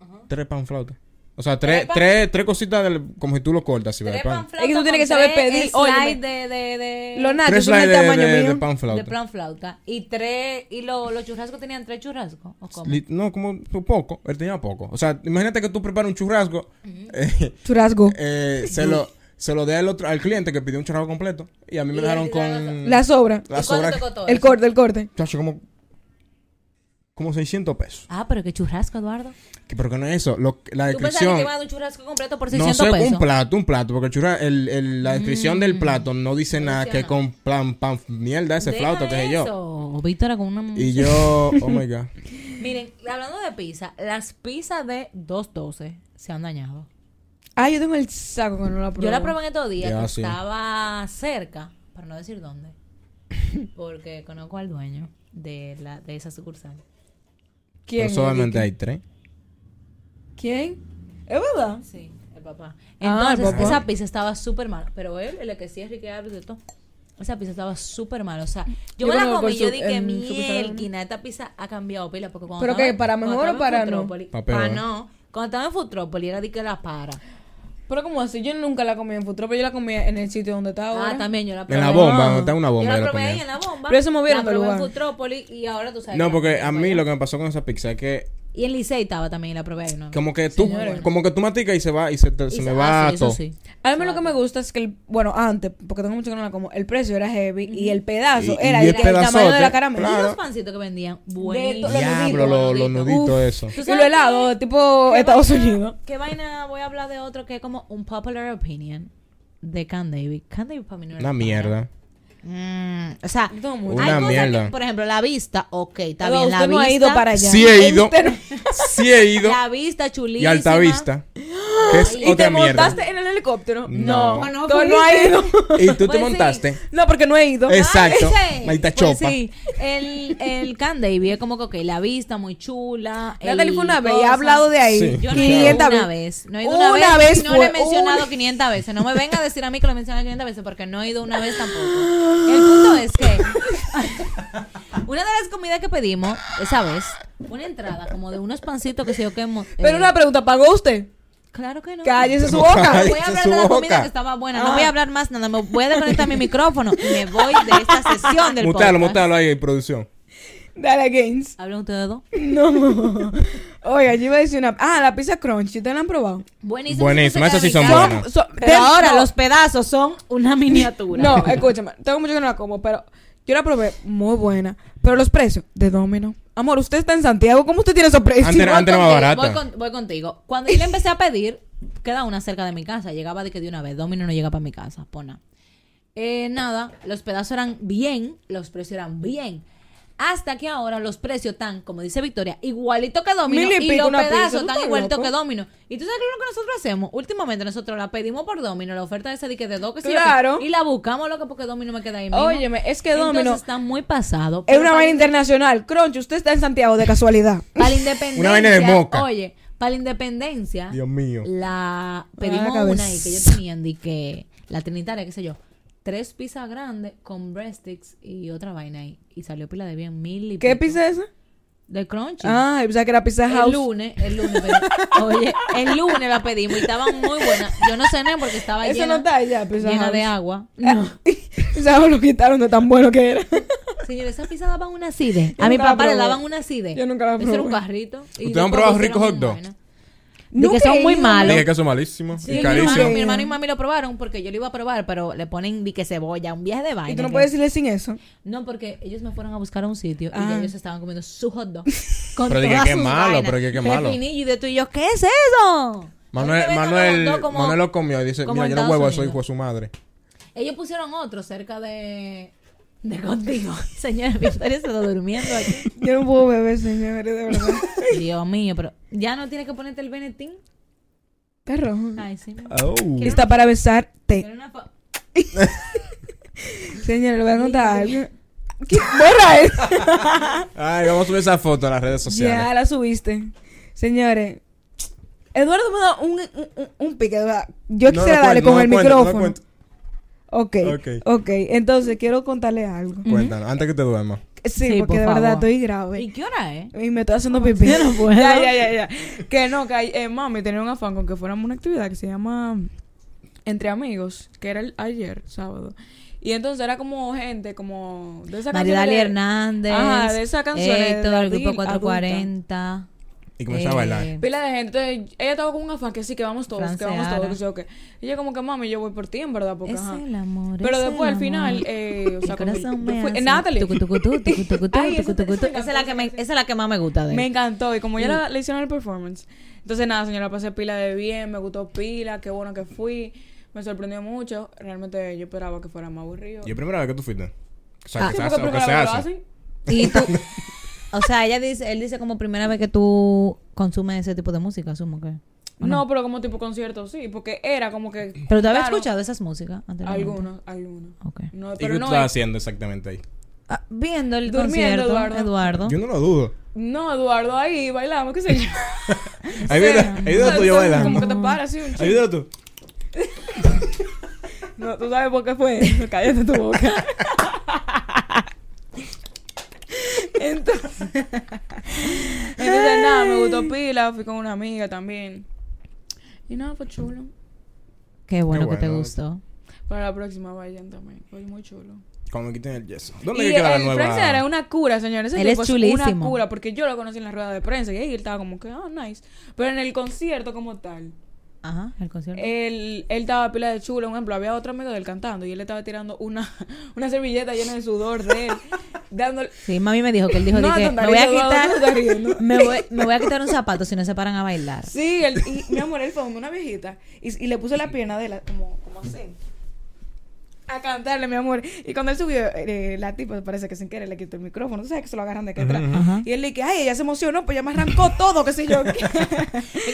A: Ajá.
B: tres panflautas. O sea, tres, tres, tres, cositas del- como si tú lo cortas, si
A: Tres
B: ¿verdad? pan.
A: panflautas
C: Es que tú tienes que
A: con
C: saber
A: tres
C: pedir,
A: slide
C: óyeme.
A: de, de, de,
C: Los nachos
B: Tres
C: son del
B: slides de,
C: tamaño
B: de, de
C: mío.
B: panflauta.
A: de panflauta. Y tres, y lo- los churrascos tenían tres churrascos. ¿O cómo?
B: Li- No, como su poco. Él tenía poco. O sea, imagínate que tú preparas un churrasco, eh,
C: Churrasco.
B: eh, se lo, se lo dé al, otro, al cliente que pidió un churrasco completo. Y a mí
A: Y
B: me dejaron
A: él
B: con...
C: La sobra.
B: Mm.
A: ¿Y
B: la
A: cuánto
B: sobra
A: te
B: que-
A: costó
C: El
A: eso?
C: corte, el corte.
B: Chacho, como... Como 600 pesos.
A: Ah, pero qué churrasco, Eduardo.
B: Que- Pero que no es eso. Lo- la
A: ¿Tú pensabas que te
B: descripción...
A: iban a dar un churrasco completo por
B: No
A: 600
B: sé,
A: pesos? Mm.
B: un plato, un plato, porque el churra- el- el- la descripción del plato no dice nada que con plan, pan, mierda, ese
A: Deja
B: flauta, qué sé yo.
A: eso. Víctora con una...
B: Y yo, oh my god.
A: Miren, hablando de pizza, las pizzas de 2.12 se han dañado.
C: Ah, yo tengo el saco que no la probé.
A: Yo la probé en estos días,
B: Ya,
A: que
B: sí.
A: estaba cerca, para no decir dónde, porque conozco al dueño de, la, de esa sucursal.
C: ¿Quién?
B: Pero solamente hay tres.
C: ¿Quién? ¿Es verdad?
A: Sí, el papá.
C: Ah, el
A: Entonces,
C: papá.
A: esa pizza estaba súper mala. Pero él, el que sí es Ricky Álvarez y todo. Esa pizza estaba súper mala. O sea, yo,
C: Yo
A: me la
C: conozco
A: comí
C: el
A: yo
C: su-
A: dije,
C: el supermercado, ¿no?
A: mielquina, esta pizza ha cambiado pila. Porque cuando
C: ¿Pero
A: estaba-
C: qué, para
A: cuando
C: mejor o
A: estaba en
C: para no?
A: Futrópolis-
B: Pa' peor.
A: Ah, no. Cuando estaba en Futrópolis era de que la para.
C: Pero como así, yo nunca la comí en Futuro, pero yo la comí en el sitio donde estaba ahora.
A: Ah, también yo la probé.
B: En la bomba,
C: Ah.
B: donde está una bomba.
A: yo
B: yo
A: la
B: la
A: probé ahí
B: ponía.
A: en la bomba.
C: Pero eso movieron
A: la
C: de
A: probé en
C: lugar.
A: Futrópolis y ahora tú sabes.
B: No,
A: que la
B: porque
A: probé
B: a
A: por
B: mí
A: allá.
B: lo que me pasó con esa pizza es que
A: Y en Licey estaba también y la probé ahí, ¿no?
B: como que tú
A: Señores.
B: como que tú maticas y se va y se, te-
A: Y
B: se
A: se-
B: me
A: ah,
B: va
A: sí, eso
B: todo.
A: sí.
C: A mí lo que me gusta es que, el, bueno, antes, porque tengo mucho que no la como, el precio era heavy y el pedazo
B: Y- y
C: era
B: el
C: de que el, tamaño de
B: pedazote,
C: la caramela.
A: Y
B: claro.
A: los pancitos que vendían.
C: los
A: Buenísimos.
C: nuditos,
B: Diablo, lo, lo
A: los
B: nudito eso.
A: ¿Tú
C: Y
A: sabes
C: lo helado, tipo
A: ¿Qué
C: Estados
A: vaina-
C: Unidos.
A: ¿Qué vaina? Voy a hablar de otro que es como un popular opinion de Can David. Can David para mí no era
B: Una
A: tan
B: mierda.
A: bueno. Mm, o sea,
C: Yo tengo mucho.
A: hay
B: Una
A: cosas
B: mierda.
A: que, por ejemplo, la vista, ok, está
C: Eduardo,
A: bien, la
C: usted no
A: vista.
C: ha ido para allá.
B: Sí he ido.
C: Usted no-
B: Sí he ido
A: La vista chulísima.
B: y Altavista, que es
C: ¿Y
B: otra
C: te
B: mierda.
C: montaste en el helicóptero?
B: No.
C: Ah,
A: Bueno,
C: No, Tú no ha
A: fuiste.
C: ido.
B: Y tú te
A: Pues sí.
B: montaste.
C: No, porque no he ido.
B: Es- Exacto,
A: Ah, ese.
B: maldita
A: Pues
B: chopa.
A: Sí, el, el Can David es como que, ok, la vista muy chula.
C: Natalie
A: el
C: fue una vez y ha
A: cosa.
C: hablado de ahí.
B: Sí,
A: Yo no he ido
C: 500
A: una
C: veces.
A: vez. No he ido una,
C: Una
A: vez.
C: vez
A: y no lo he
C: fue-
A: mencionado
C: una-
A: 500 veces. No me venga a decir a mí que lo he mencionado 500 veces porque no he ido una vez tampoco. El punto es que una de las comidas que pedimos esa vez, una entrada como de unos pancitos que se yo que hemos- eh,
C: Pero una pregunta, ¿pagó usted?
A: Claro que no.
C: Cállese su
B: No,
C: boca.
B: cállese.
A: Voy a hablar
B: su
A: de la comida
B: boca. Ah.
A: que estaba buena. No voy a hablar más nada. Me voy a desconectar mi micrófono y me voy de esta sesión del
B: Mutalo,
A: podcast.
B: mutalo ahí, producción.
C: Dale, Gaines.
A: Hablan ustedes dos.
C: No. Oiga, yo iba a decir una. Ah, la pizza crunchy. ¿Ustedes la han probado?
A: Buenísimo.
B: Buenísimo,
A: eso
B: esas sí
A: queda en
B: son
A: mi casa.
B: buenas.
C: son-
A: Pero
C: del-
A: ahora
C: no,
A: los pedazos son una miniatura.
C: No, escúchame. Tengo mucho que no la como, pero yo la probé muy buena. Pero los precios de Domino. Amor, usted está en Santiago. ¿Cómo usted tiene esos precios?
B: Antes- antes- era más
A: contigo,
B: barata.
A: Voy, con- voy contigo. Cuando yo le empecé a pedir, queda una cerca de mi casa. Llegaba de que de una vez. Domino no llega para mi casa. Pona. Eh, nada, los pedazos eran bien, los precios eran bien. Hasta que ahora los precios están, como dice Victoria, igualito que Domino.
C: Mil y
A: Y,
C: pico
A: los
C: una pizza, ¿tú
A: pedazos
C: estás
A: están igualitos
C: loco?
A: que Domino. Y tú sabes qué es lo que nosotros hacemos. Últimamente nosotros la pedimos por Domino, la oferta esa de que de dos que sé yo qué.
C: Claro.
A: Y la buscamos, loco, porque Domino me queda ahí mismo.
C: Óyeme, es que Domino
A: Entonces está muy pasado.
C: es
A: pero
C: una
A: para
C: vaina
A: mí-
C: internacional. Crunchy, usted está en Santiago de casualidad.
A: para la independencia.
B: Una vaina de moca.
A: Oye, para la independencia.
B: Dios mío.
A: La
C: Ah,
A: pedimos
C: la
A: una
C: cabeza.
A: ahí que yo tenía, di que la trinitaria, qué sé yo. Tres pizzas grandes con breadsticks y otra vaina ahí. Y salió pila de bien mil y
C: ¿Qué
A: pico.
C: pizza es esa?
A: De crunchy.
C: Ah, yo pensaba que era Pizza
A: El
C: House.
A: lunes, el lunes, pedimos- oye, el lunes la pedimos y estaban muy buenas. Yo no cené porque estaba
C: Eso
A: llena,
C: no está allá, Pizza
A: llena
C: House.
A: de agua.
C: No. ¿Sabes lo quitaron de tan bueno que era?
A: Señores, esa pizza daban una CIDE.
C: Yo
A: A mi
C: nunca la
A: papá le
C: probé.
A: daban una CIDE.
C: Yo nunca la
A: Eso era un
C: probé.
A: carrito. y
B: ¿Ustedes
A: después
B: han probado
A: pusieron
B: ricos hot
A: una
B: dogs?
A: vaina. De
C: Nunca
A: que son
C: he
A: muy
C: ido.
A: malos.
B: Dije que eso es malísimo
A: Sí,
B: y
A: mi, hermano,
B: carísimo.
A: mi hermano y mami lo probaron porque yo lo iba a probar, pero le ponen di que cebolla, un viaje de vaina.
C: Y tú no
A: que-
C: puedes decirle sin eso.
A: No, porque ellos me fueron a buscar a un sitio y
C: Ah.
A: ya ellos estaban comiendo su hot dog. Con
B: Pero di que
A: todas
B: qué
A: sus
B: malo,
A: vainas.
B: pero que qué malo.
A: Pepinillo, y de tú y yo, ¿qué es eso?
B: Manuel,
A: Porque ven como
B: Manuel,
A: hot dog como-
B: Manuel lo comió y dice,
A: como
B: mira,
A: en
B: yo no
A: Estados
B: huevo a eso,
A: Unidos".
B: hijo de su madre.
A: Ellos pusieron otro cerca de... De contigo. Señores, Victoria se está durmiendo aquí.
C: Yo no puedo beber, señores, de verdad.
A: Dios mío, pero... ¿Ya no tienes que ponerte el Benettín?
C: Perro.
A: Ay, sí. mi amor.
B: Oh.
C: Lista para besarte.
A: Pero una fa-
C: Señores, le voy a contar algo. ¿Qué? Borra eso.
B: Ay, vamos a subir esa foto a las redes
C: Ya
B: sociales.
C: la subiste. Señores, Eduardo me da un, un- un, un pique, de verdad. Yo
B: No,
C: quisiera
B: no
C: darle
B: cuento,
C: con
B: no
C: el
B: cuento, no
C: micrófono.
B: cuento.
C: ok,
B: Ok.
C: ok. Entonces, quiero contarle algo.
B: Cuéntanos, antes que te duerma.
C: Sí,
A: Mm, Sí,
C: porque
A: por
C: de verdad
A: favor.
C: estoy grave.
A: ¿Y qué hora es?
C: Y me estoy haciendo pipí.
A: yo no puedo.
C: Ya, ya, ya, ya. Que no, que eh, mami tenía un afán con que fuéramos a una actividad que se llama mm, Entre Amigos, que era el, ayer, sábado. Y entonces era como gente, como de esa
A: Maridali Hernández.
C: Ajá, de esa canción.
A: Héctor, el grupo 440.
B: Y comenzó a bailar.
C: Pila de gente. Entonces, ella estaba con un afán que sí, que vamos todos, que vamos
A: Franceara.
C: todos. que sí, o qué. Y yo como que, mami, yo voy por ti, en verdad, porque
A: Es
C: ajá.
A: el amor.
C: Pero
A: es
C: después,
A: el
C: al final,
A: amor.
C: eh, o sea,
A: El
C: cuando
A: corazón
C: yo
A: me
C: fui-
A: hace
C: Natalie.
A: tucu, tucu, tu, tucu, tucu, tu,
C: Ay, esa-
A: tucu, tucu, tu.
C: esa me
A: Esa es la que me- esa es la que más me gusta de
C: Me
A: él.
C: encantó. Y
A: Mm.
C: como ya la- le hicieron el performance. Entonces, nada, señora, pasé pila de bien, me gustó pila, qué bueno que fui. Me sorprendió mucho. Realmente yo esperaba que fuera más aburrido.
B: ¿Y es primera vez que tú fuiste? O sea,
A: Ah.
B: que se
C: Sí, porque
B: hace, o que
C: primera
B: se
C: vez lo
B: hace.
C: hacen.
A: Y tú O sea, ella dice, él dice como primera vez que tú consumes ese tipo de música, asumo que. ¿o
C: No, pero como tipo concierto, sí. Porque era como que.
A: Pero tú habías
C: claro,
A: escuchado esas músicas anteriormente.
C: Algunos, algunos.
A: Ok.
C: No,
B: ¿Y qué
C: pero
B: tú
C: no,
B: estás
C: es-
B: haciendo exactamente ahí?
A: Ah, viendo el
C: Durmiendo,
A: concierto,
C: Eduardo.
A: Eduardo.
B: Yo no lo dudo.
C: no, Eduardo, ahí bailamos, qué sé yo.
B: Ahí viene, ahí viene tú yo
C: Como que
B: bailando.
C: te paras así un
B: Ahí viene tú.
C: No, tú sabes por qué fue. eso. Cállate tu boca. Entonces, entonces nada, me gustó pila, fui con una amiga también. Y nada, fue chulo.
A: Qué bueno,
B: Qué
A: que te
B: bueno.
A: gustó.
C: Para la próxima vayan también. Fue muy chulo.
B: Cuando me quiten el yeso. ¿Dónde
C: y
B: que queda la
C: el Francis era
B: nueva?
C: una cura, señores. Ese
A: Él es
C: tipo una
A: chulísimo.
C: cura, porque yo lo conocí en la rueda de prensa y ahí él estaba como que, oh, nice. Pero en el concierto como tal,
A: Ajá, el concierto.
C: Eh, Él, él estaba pila de chulo, un ejemplo, había otro amigo del cantando y él le estaba tirando una, una servilleta llena de sudor de él, dándole...
A: sí, mami me dijo que él dijo
C: No,
A: de que me voy a
C: Tandarito, Eduardo, tú estás riendo".
A: quitar me voy, me voy a quitar un zapato si no se paran a bailar.
C: Sí, él, y, mi amor, él fue donde una viejita y, y le puso la pierna de la, como, como así. A cantarle, mi amor. Y cuando él subió, eh, la tipa parece que sin querer le quitó el micrófono. Tú sabes que se lo agarran de aquí atrás.
A: Ajá.
C: Y él le dije, ay, ella se emocionó, pues ya me arrancó todo, qué sé yo.
A: Es que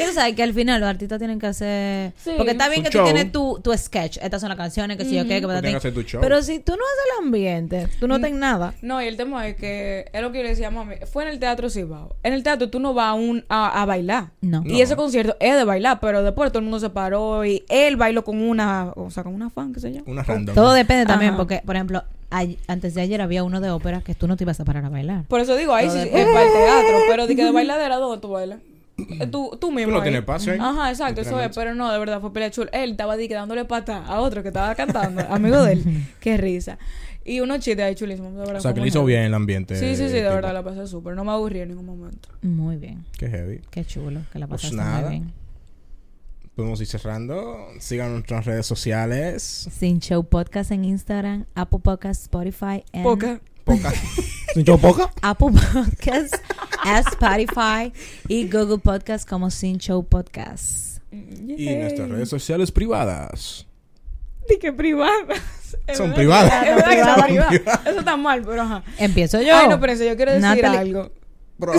A: tú sabes que al final los artistas tienen que hacer.
C: Sí.
A: Porque está bien
B: Un
A: que
B: show.
A: tú tienes tu, tu sketch. Estas son las canciones que si yo qué, que
B: Tú tienes que hacer tu show.
A: Pero si tú no haces el ambiente, tú
C: Mm.
A: no tenés nada.
C: No, y el tema es que es lo que yo le decía a mami. Fue en el teatro Cibao. En el teatro tú no vas a, un, a, a bailar.
A: No.
C: Y ese concierto es de bailar, pero después todo el mundo se paró y él bailó con una, o sea, con una fan, qué sé yo.
B: Una random.
A: Todo depende también,
C: Ajá.
A: porque, por ejemplo, ay- antes de ayer había uno de ópera que tú no te ibas a parar a bailar.
C: Por eso digo, ahí
A: Todo
C: sí
A: depende.
C: es para el teatro, pero de que de bailadera, ¿dónde tú bailas? Eh, Tú, tú mismo.
B: no
C: ahí.
B: tienes espacio ahí,
C: Ajá, exacto, eso es,
B: literalmente.
C: pero no, de verdad, fue pelea chula. Él estaba di que dándole pata a otro que estaba cantando, amigo de él. Qué risa. Y unos chistes ahí chulísimos, de verdad.
B: O sea, que
C: fue
B: le hizo
C: muy
B: bien
C: heavy.
B: el ambiente.
C: Sí, sí, sí, de
B: tipo.
C: verdad, la pasé súper. No me aburrí en ningún momento.
A: Muy bien.
B: Qué heavy.
A: Qué chulo, que la
B: Pues
A: pasaste
B: nada.
A: muy bien.
B: Podemos ir cerrando. Sigan nuestras redes sociales.
A: Sin Show Podcast en Instagram, Apple Podcast, Spotify, and
C: Poca.
B: Poca. ¿Yo poca?
A: Apple Podcast, Spotify y Google Podcast como Sin Show Podcast.
C: Mm,
B: Y nuestras redes sociales privadas.
C: Di que privadas. Es
B: Son
C: verdad que-
B: privadas.
C: es verdad que son
A: Son
C: privadas. Eso está mal, pero ajá.
A: Empiezo yo.
C: Ay, no, pero eso yo quiero decir
A: Natalie-
C: algo.
B: Bro.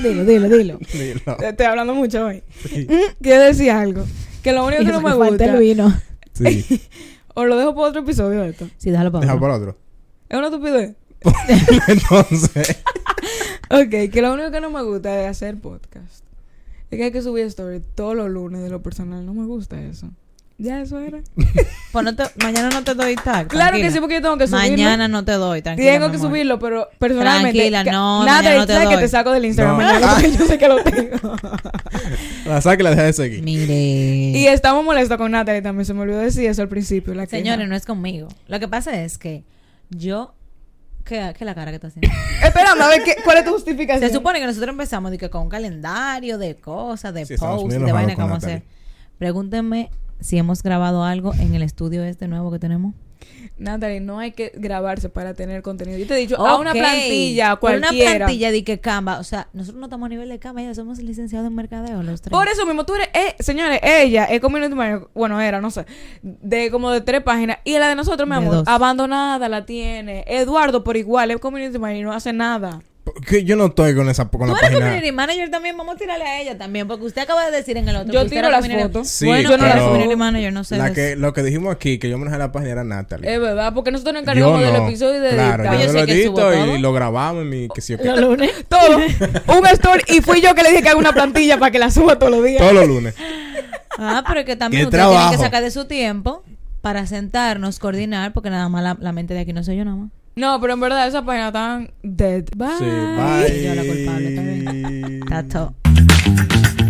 A: Dilo, dilo, dilo.
B: Dilo.
C: Te- Estoy hablando mucho hoy.
B: Sí.
C: Mm, Quiero decir algo. Que lo único que no me gusta.
B: Sí.
C: O lo dejo para otro episodio esto.
A: Sí, déjalo para
B: Deja
A: otro.
B: para otro.
C: Es una estupidez.
B: Entonces.
C: Ok, que lo único que no me gusta de hacer podcast es que hay que subir story todos los lunes de lo personal. No me gusta eso. Ya eso era.
A: Pues no te- mañana no te doy tag.
C: Claro que
A: tranquila.
C: sí, porque yo tengo que subirlo.
A: Mañana no te doy, tranquila.
C: Tengo
A: mi
C: que
A: amor.
C: subirlo, pero personalmente.
A: Tranquila,
C: que-
A: no,
C: Nada,
A: mañana no te
C: sabes que
A: doy.
C: te saco del Instagram
B: No.
C: mañana porque yo sé que lo tengo.
B: La saca y la deja de seguir.
A: Mire.
C: Y estamos molestos con Natalie también. Se me olvidó decir eso al principio. La queja.
A: Señores, no es conmigo. Lo que pasa es que yo. ¿Qué, qué la cara que está haciendo?
C: Espérame, a ver, ¿qué- ¿cuál es tu justificación?
A: Se supone que nosotros empezamos de que con un calendario de cosas, de
B: Sí, estamos
A: posts,
B: bien
A: de vaina que
B: enojados con
A: vamos a hacer.
B: Natalie.
A: Pregúntenme si hemos grabado algo en el estudio este nuevo que tenemos.
C: Natalie, no hay que grabarse para tener contenido. Yo te he dicho, a
A: Ok.
C: una plantilla
A: Pero
C: cualquiera.
A: Una plantilla de que Canva. O sea, nosotros no estamos a nivel de Canva, ya somos licenciados en mercadeo los tres.
C: Por eso mismo, tú eres, eh, señores, ella es community manager, bueno, era, no sé, de como de tres páginas. Y la de nosotros, mi
A: De
C: amor,
A: dos.
C: abandonada la tiene. Eduardo, por igual, es community manager y no hace nada.
B: Que yo no estoy con esa con
A: Tú
B: la
A: eres
B: página.
A: community manager también, vamos a tirarle a ella también, porque usted acaba de decir en el otro.
C: Yo
A: que usted
C: tiro
A: era
C: las
A: community-
C: fotos.
B: Sí,
A: bueno,
C: yo
A: yo
C: no
A: no
C: las
A: era
C: subo.
A: community manager, no sé.
B: La
A: de
B: que,
A: eso. Eh,
B: lo que dijimos aquí, que yo manejé la página era Natalie.
C: Es verdad, porque nosotros nos
B: yo
C: encargamos
B: no.
C: del episodio y de
B: claro,
C: editar.
A: Yo
B: yo,
A: sé
B: lo
A: que subo
B: edito
A: todo.
B: y lo grabamos en mi... Que sí, o qué.
C: Todo. Un story y fui yo que le dije que haga una plantilla para que la suba todos los días.
B: Todos los lunes.
A: Ah, pero que también
B: ¡Qué
A: usted tiene
B: trabajo!
A: que sacar de su tiempo para sentarnos, coordinar, porque nada más la, la mente de aquí no soy yo nada más.
C: No, pero en verdad esa página tan dead. Bye.
B: Sí, bye.
A: Yo la culpable también. That's all.